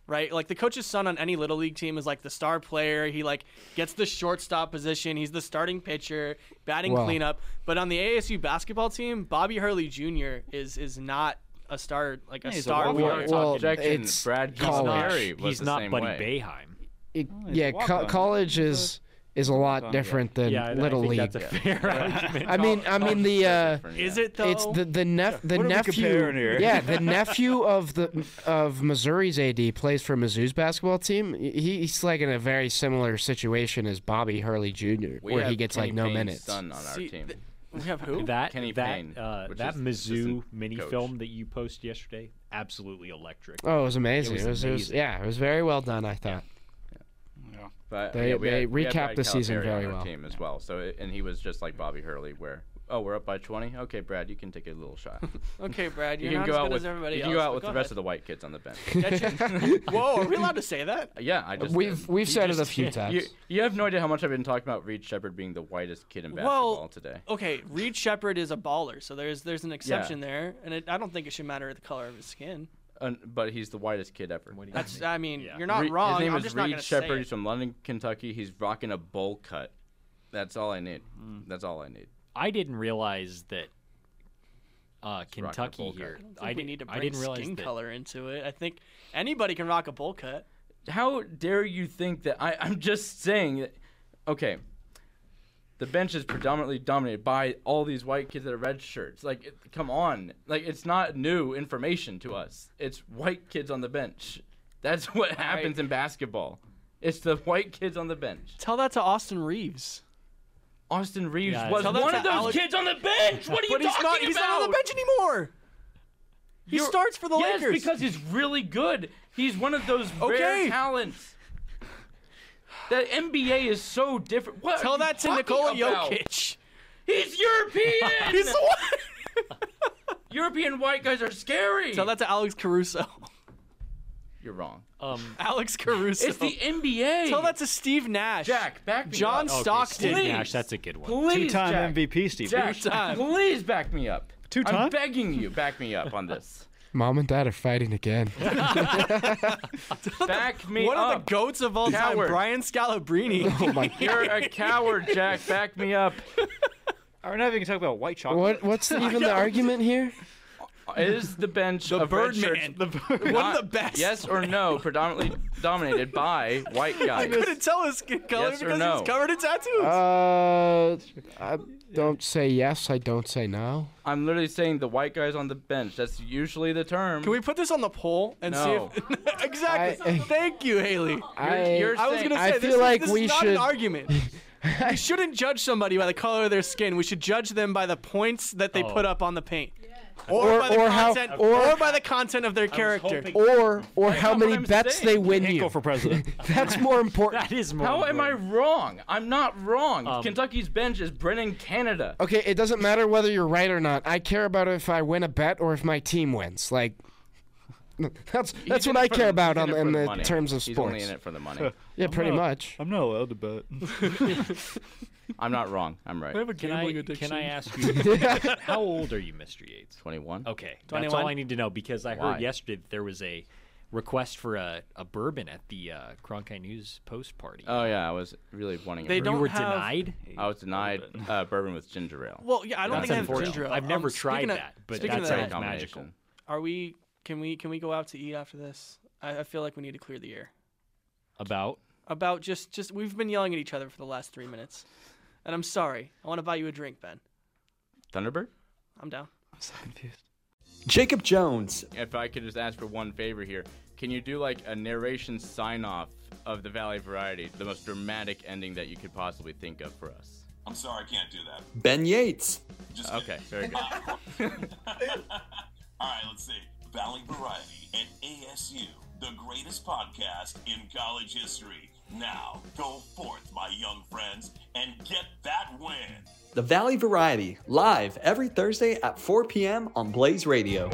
K: Right? Like the coach's son on any little league team is like the star player. He like gets the shortstop position. He's the starting pitcher, batting
B: Wow.
K: cleanup. But on the ASU basketball team, Bobby Hurley Jr. is is not a star like a
E: Yeah, he's a
K: star
E: walk-on.
K: player.
B: Well, well,
C: objection,
B: it's
C: Brad
L: He's not,
B: college.
C: Perry was
L: he's
C: the
L: not
C: same
L: Buddy
C: way.
L: Bayheim.
B: It-
E: he's
B: yeah,
E: a
B: co-
E: walk-on.
B: college is is a lot
E: walk-on, yeah.
B: different than
L: Yeah, I- I
B: little
L: think
B: league.
L: that's a fair argument.
B: I mean, I mean the uh,
K: Is it though?
B: it's the the nep- the
E: What are we
B: nephew.
E: comparing here?
B: Yeah, the nephew of the of Missouri's AD plays for Mizzou's basketball team. He, he's like in a very similar situation as Bobby Hurley Jr.,
C: We
B: where he
C: have
B: gets
C: Kenny
B: like no
C: Payne's
B: minutes.
C: Son on our
K: See,
C: team.
K: th- we have who?
L: That
C: Kenny
L: that
C: Payne,
L: uh,
C: which
L: that
C: is
L: Mizzou
C: assistant
L: mini
C: coach.
L: film that you posted yesterday, absolutely electric.
B: Oh, it was amazing.
L: It was
B: It was, it was-
L: amazing.
B: yeah, it was very well done. I thought.
C: But,
B: They-
C: yeah, we
B: they
C: had- we had
B: recapped
C: Brad
B: the season
C: Calipari on
B: very
C: our
B: well.
C: Team as well. So it- and he was just like Bobby Hurley, where oh we're up by 20. Okay, Brad, you can take a little shot.
K: Okay, Brad,
C: You can
K: you're not
C: go
K: as
C: out
K: good
C: with
K: as everybody
C: you
K: else.
C: can go out
K: but
C: with the
K: go
C: rest of the white kids on the bench.
K: ahead. That's your- Whoa, are we allowed to say that?
C: Yeah, I just
B: We've we've said it a few times.
C: You, you have no idea how much I've been talking about Reed Shepard being the whitest kid in basketball
K: Well,
C: today.
K: Okay, Reed Shepard is a baller, so there's there's an exception there, and it, I don't think it should matter the color of his skin.
C: Uh, but he's the whitest kid ever.
K: That's I mean,
L: Yeah.
K: you're not
C: Re-
K: wrong.
C: His name
K: I'm
C: is
K: just not
C: Reed
K: gonna
C: Shepard.
K: say
C: He's
K: it.
C: from London, Kentucky. He's rocking a bowl cut. That's all I need. That's all I need.
L: I didn't realize that uh,
C: rocking a
L: Kentucky
C: bowl cut.
L: here.
C: I
K: I, think
L: di-
K: we need to bring
L: I didn't realize
K: skin
L: that-
K: color into it. I think anybody can rock a bowl cut.
C: How dare you think that I, I'm just saying that? Okay, the bench is predominantly dominated by all these white kids that are red shirts. Like, it, come on, like it's not new information to us. It's white kids on the bench. That's what happens in basketball. It's the white kids on the bench.
K: Tell that to Austin Reeves.
C: Austin Reeves
L: Yeah,
C: was
L: tell
K: that
C: one
K: to
C: of those
K: Alex-
C: kids on the bench. What are you
K: But he's
C: talking
K: not
C: about?
K: he's not on the bench anymore. He
C: You're-
K: starts for the
C: yes,
K: Lakers.
C: because he's really good. He's one of those rare
K: Okay.
C: talents. The NBA is so different. What are
K: Tell
C: you
K: that to
C: talking
K: Nikola
C: about?
K: Jokic.
C: He's European.
K: He's the one.
C: European white guys are scary.
K: Tell that to Alex Caruso.
C: You're wrong.
L: Um,
K: Alex Caruso.
C: It's the NBA.
K: Tell that to Steve Nash.
C: Jack. Back me
K: John
C: up.
K: Stockton.
L: Steve
C: Please.
L: Nash, that's a good one.
C: Please, Jack.
E: Two-time MVP, Steve.
C: Jack,
K: Two-time.
C: please back me up.
E: Two-time?
C: I'm begging you, back me up on this.
B: Mom and Dad are fighting again.
C: Back me
K: One
C: up.
K: of the goats of all
C: Coward.
K: time, Brian Scalabrine.
B: oh my
C: You're a coward, Jack. Back me up.
E: Or not even talk about white chocolate.
B: What what's the, even the argument here?
C: is the bench
K: The
C: of red
K: Birdman.
C: shirts
K: The Birdman. One of the best.
C: Yes or no, predominantly dominated by white
K: I
C: guys.
K: couldn't tell his skin color
C: Yes or
K: because he
C: no?
K: was covered in tattoos.
B: Uh, I don't say yes. I don't say no.
C: I'm literally saying the white guys on the bench. That's usually the term.
K: Can we put this on the poll and
C: No.
K: see if exactly? Thank you, Haley.
B: I- you're
K: I was
B: saying-
K: gonna say
B: I
K: this,
B: feel
K: is-
B: like
K: this
B: we
K: is not an
B: should-
K: argument. we shouldn't judge somebody by the color of their skin. We should judge them by the points that they
B: Oh.
K: put up on the paint,
B: Or-
K: by the
B: or how-
K: content,
B: or-
K: or by the content of their character.
B: Or or how many bets they win you.
E: for president.
B: That's more important.
E: that is
C: How am I wrong? I'm not wrong.
B: Um,
C: Kentucky's bench is Brennan Canada.
B: Okay, it doesn't matter whether you're right or not. I care about if I win a bet or if my team wins. Like, that's that's
C: in
B: what
C: it
B: I
C: for
B: care
C: the-
B: about
C: he's
B: on,
C: in it
B: in
C: for the
B: the
C: money.
B: terms of
C: He's
B: sports.
C: only in it for the money.
B: Yeah,
E: I'm
B: pretty
E: not-
B: much.
E: I'm not allowed to bet.
C: I'm not wrong. I'm right.
K: I have a
L: Can I,
K: gambling addiction.
L: can I ask you, how old are you, Mr. Yates?
C: 21.
L: Okay, that's
K: 21?
L: all I need to know because I
C: Why?
L: heard yesterday that there was a request for a, a bourbon at the uh, Cronkite News post party.
C: Oh yeah, I was really wanting. a
K: They
C: bourbon.
K: don't
L: you were
K: have-
L: denied?
C: I was denied uh, bourbon with ginger ale.
K: Well, yeah, I don't
C: That's
K: think I have
C: unfortunate.
K: ginger ale.
L: I've never
K: Um,
L: tried
K: speaking of-
L: that, but
K: speaking
L: that
K: of
L: sounds
K: that,
L: magical.
C: Combination.
K: are we? Can we? Can we go out to eat after this? I, I feel like we need to clear the air.
L: About
K: about just just we've been yelling at each other for the last three minutes, and I'm sorry. I want to buy you a drink, Ben.
C: Thunderbird.
K: I'm down.
N: Jacob Jones.
C: If I could just ask for one favor here, can you do like a narration sign off of the Valley Variety, the most dramatic ending that you could possibly think of for us?
J: I'm sorry, I can't do that.
N: Ben Yates.
C: okay, very good.
J: All right, let's see. Valley Variety at ASU, the greatest podcast in college history. Now, go forth, my young friends, and get that win.
N: The Valley Variety, live every Thursday at 4 p.m. on Blaze Radio.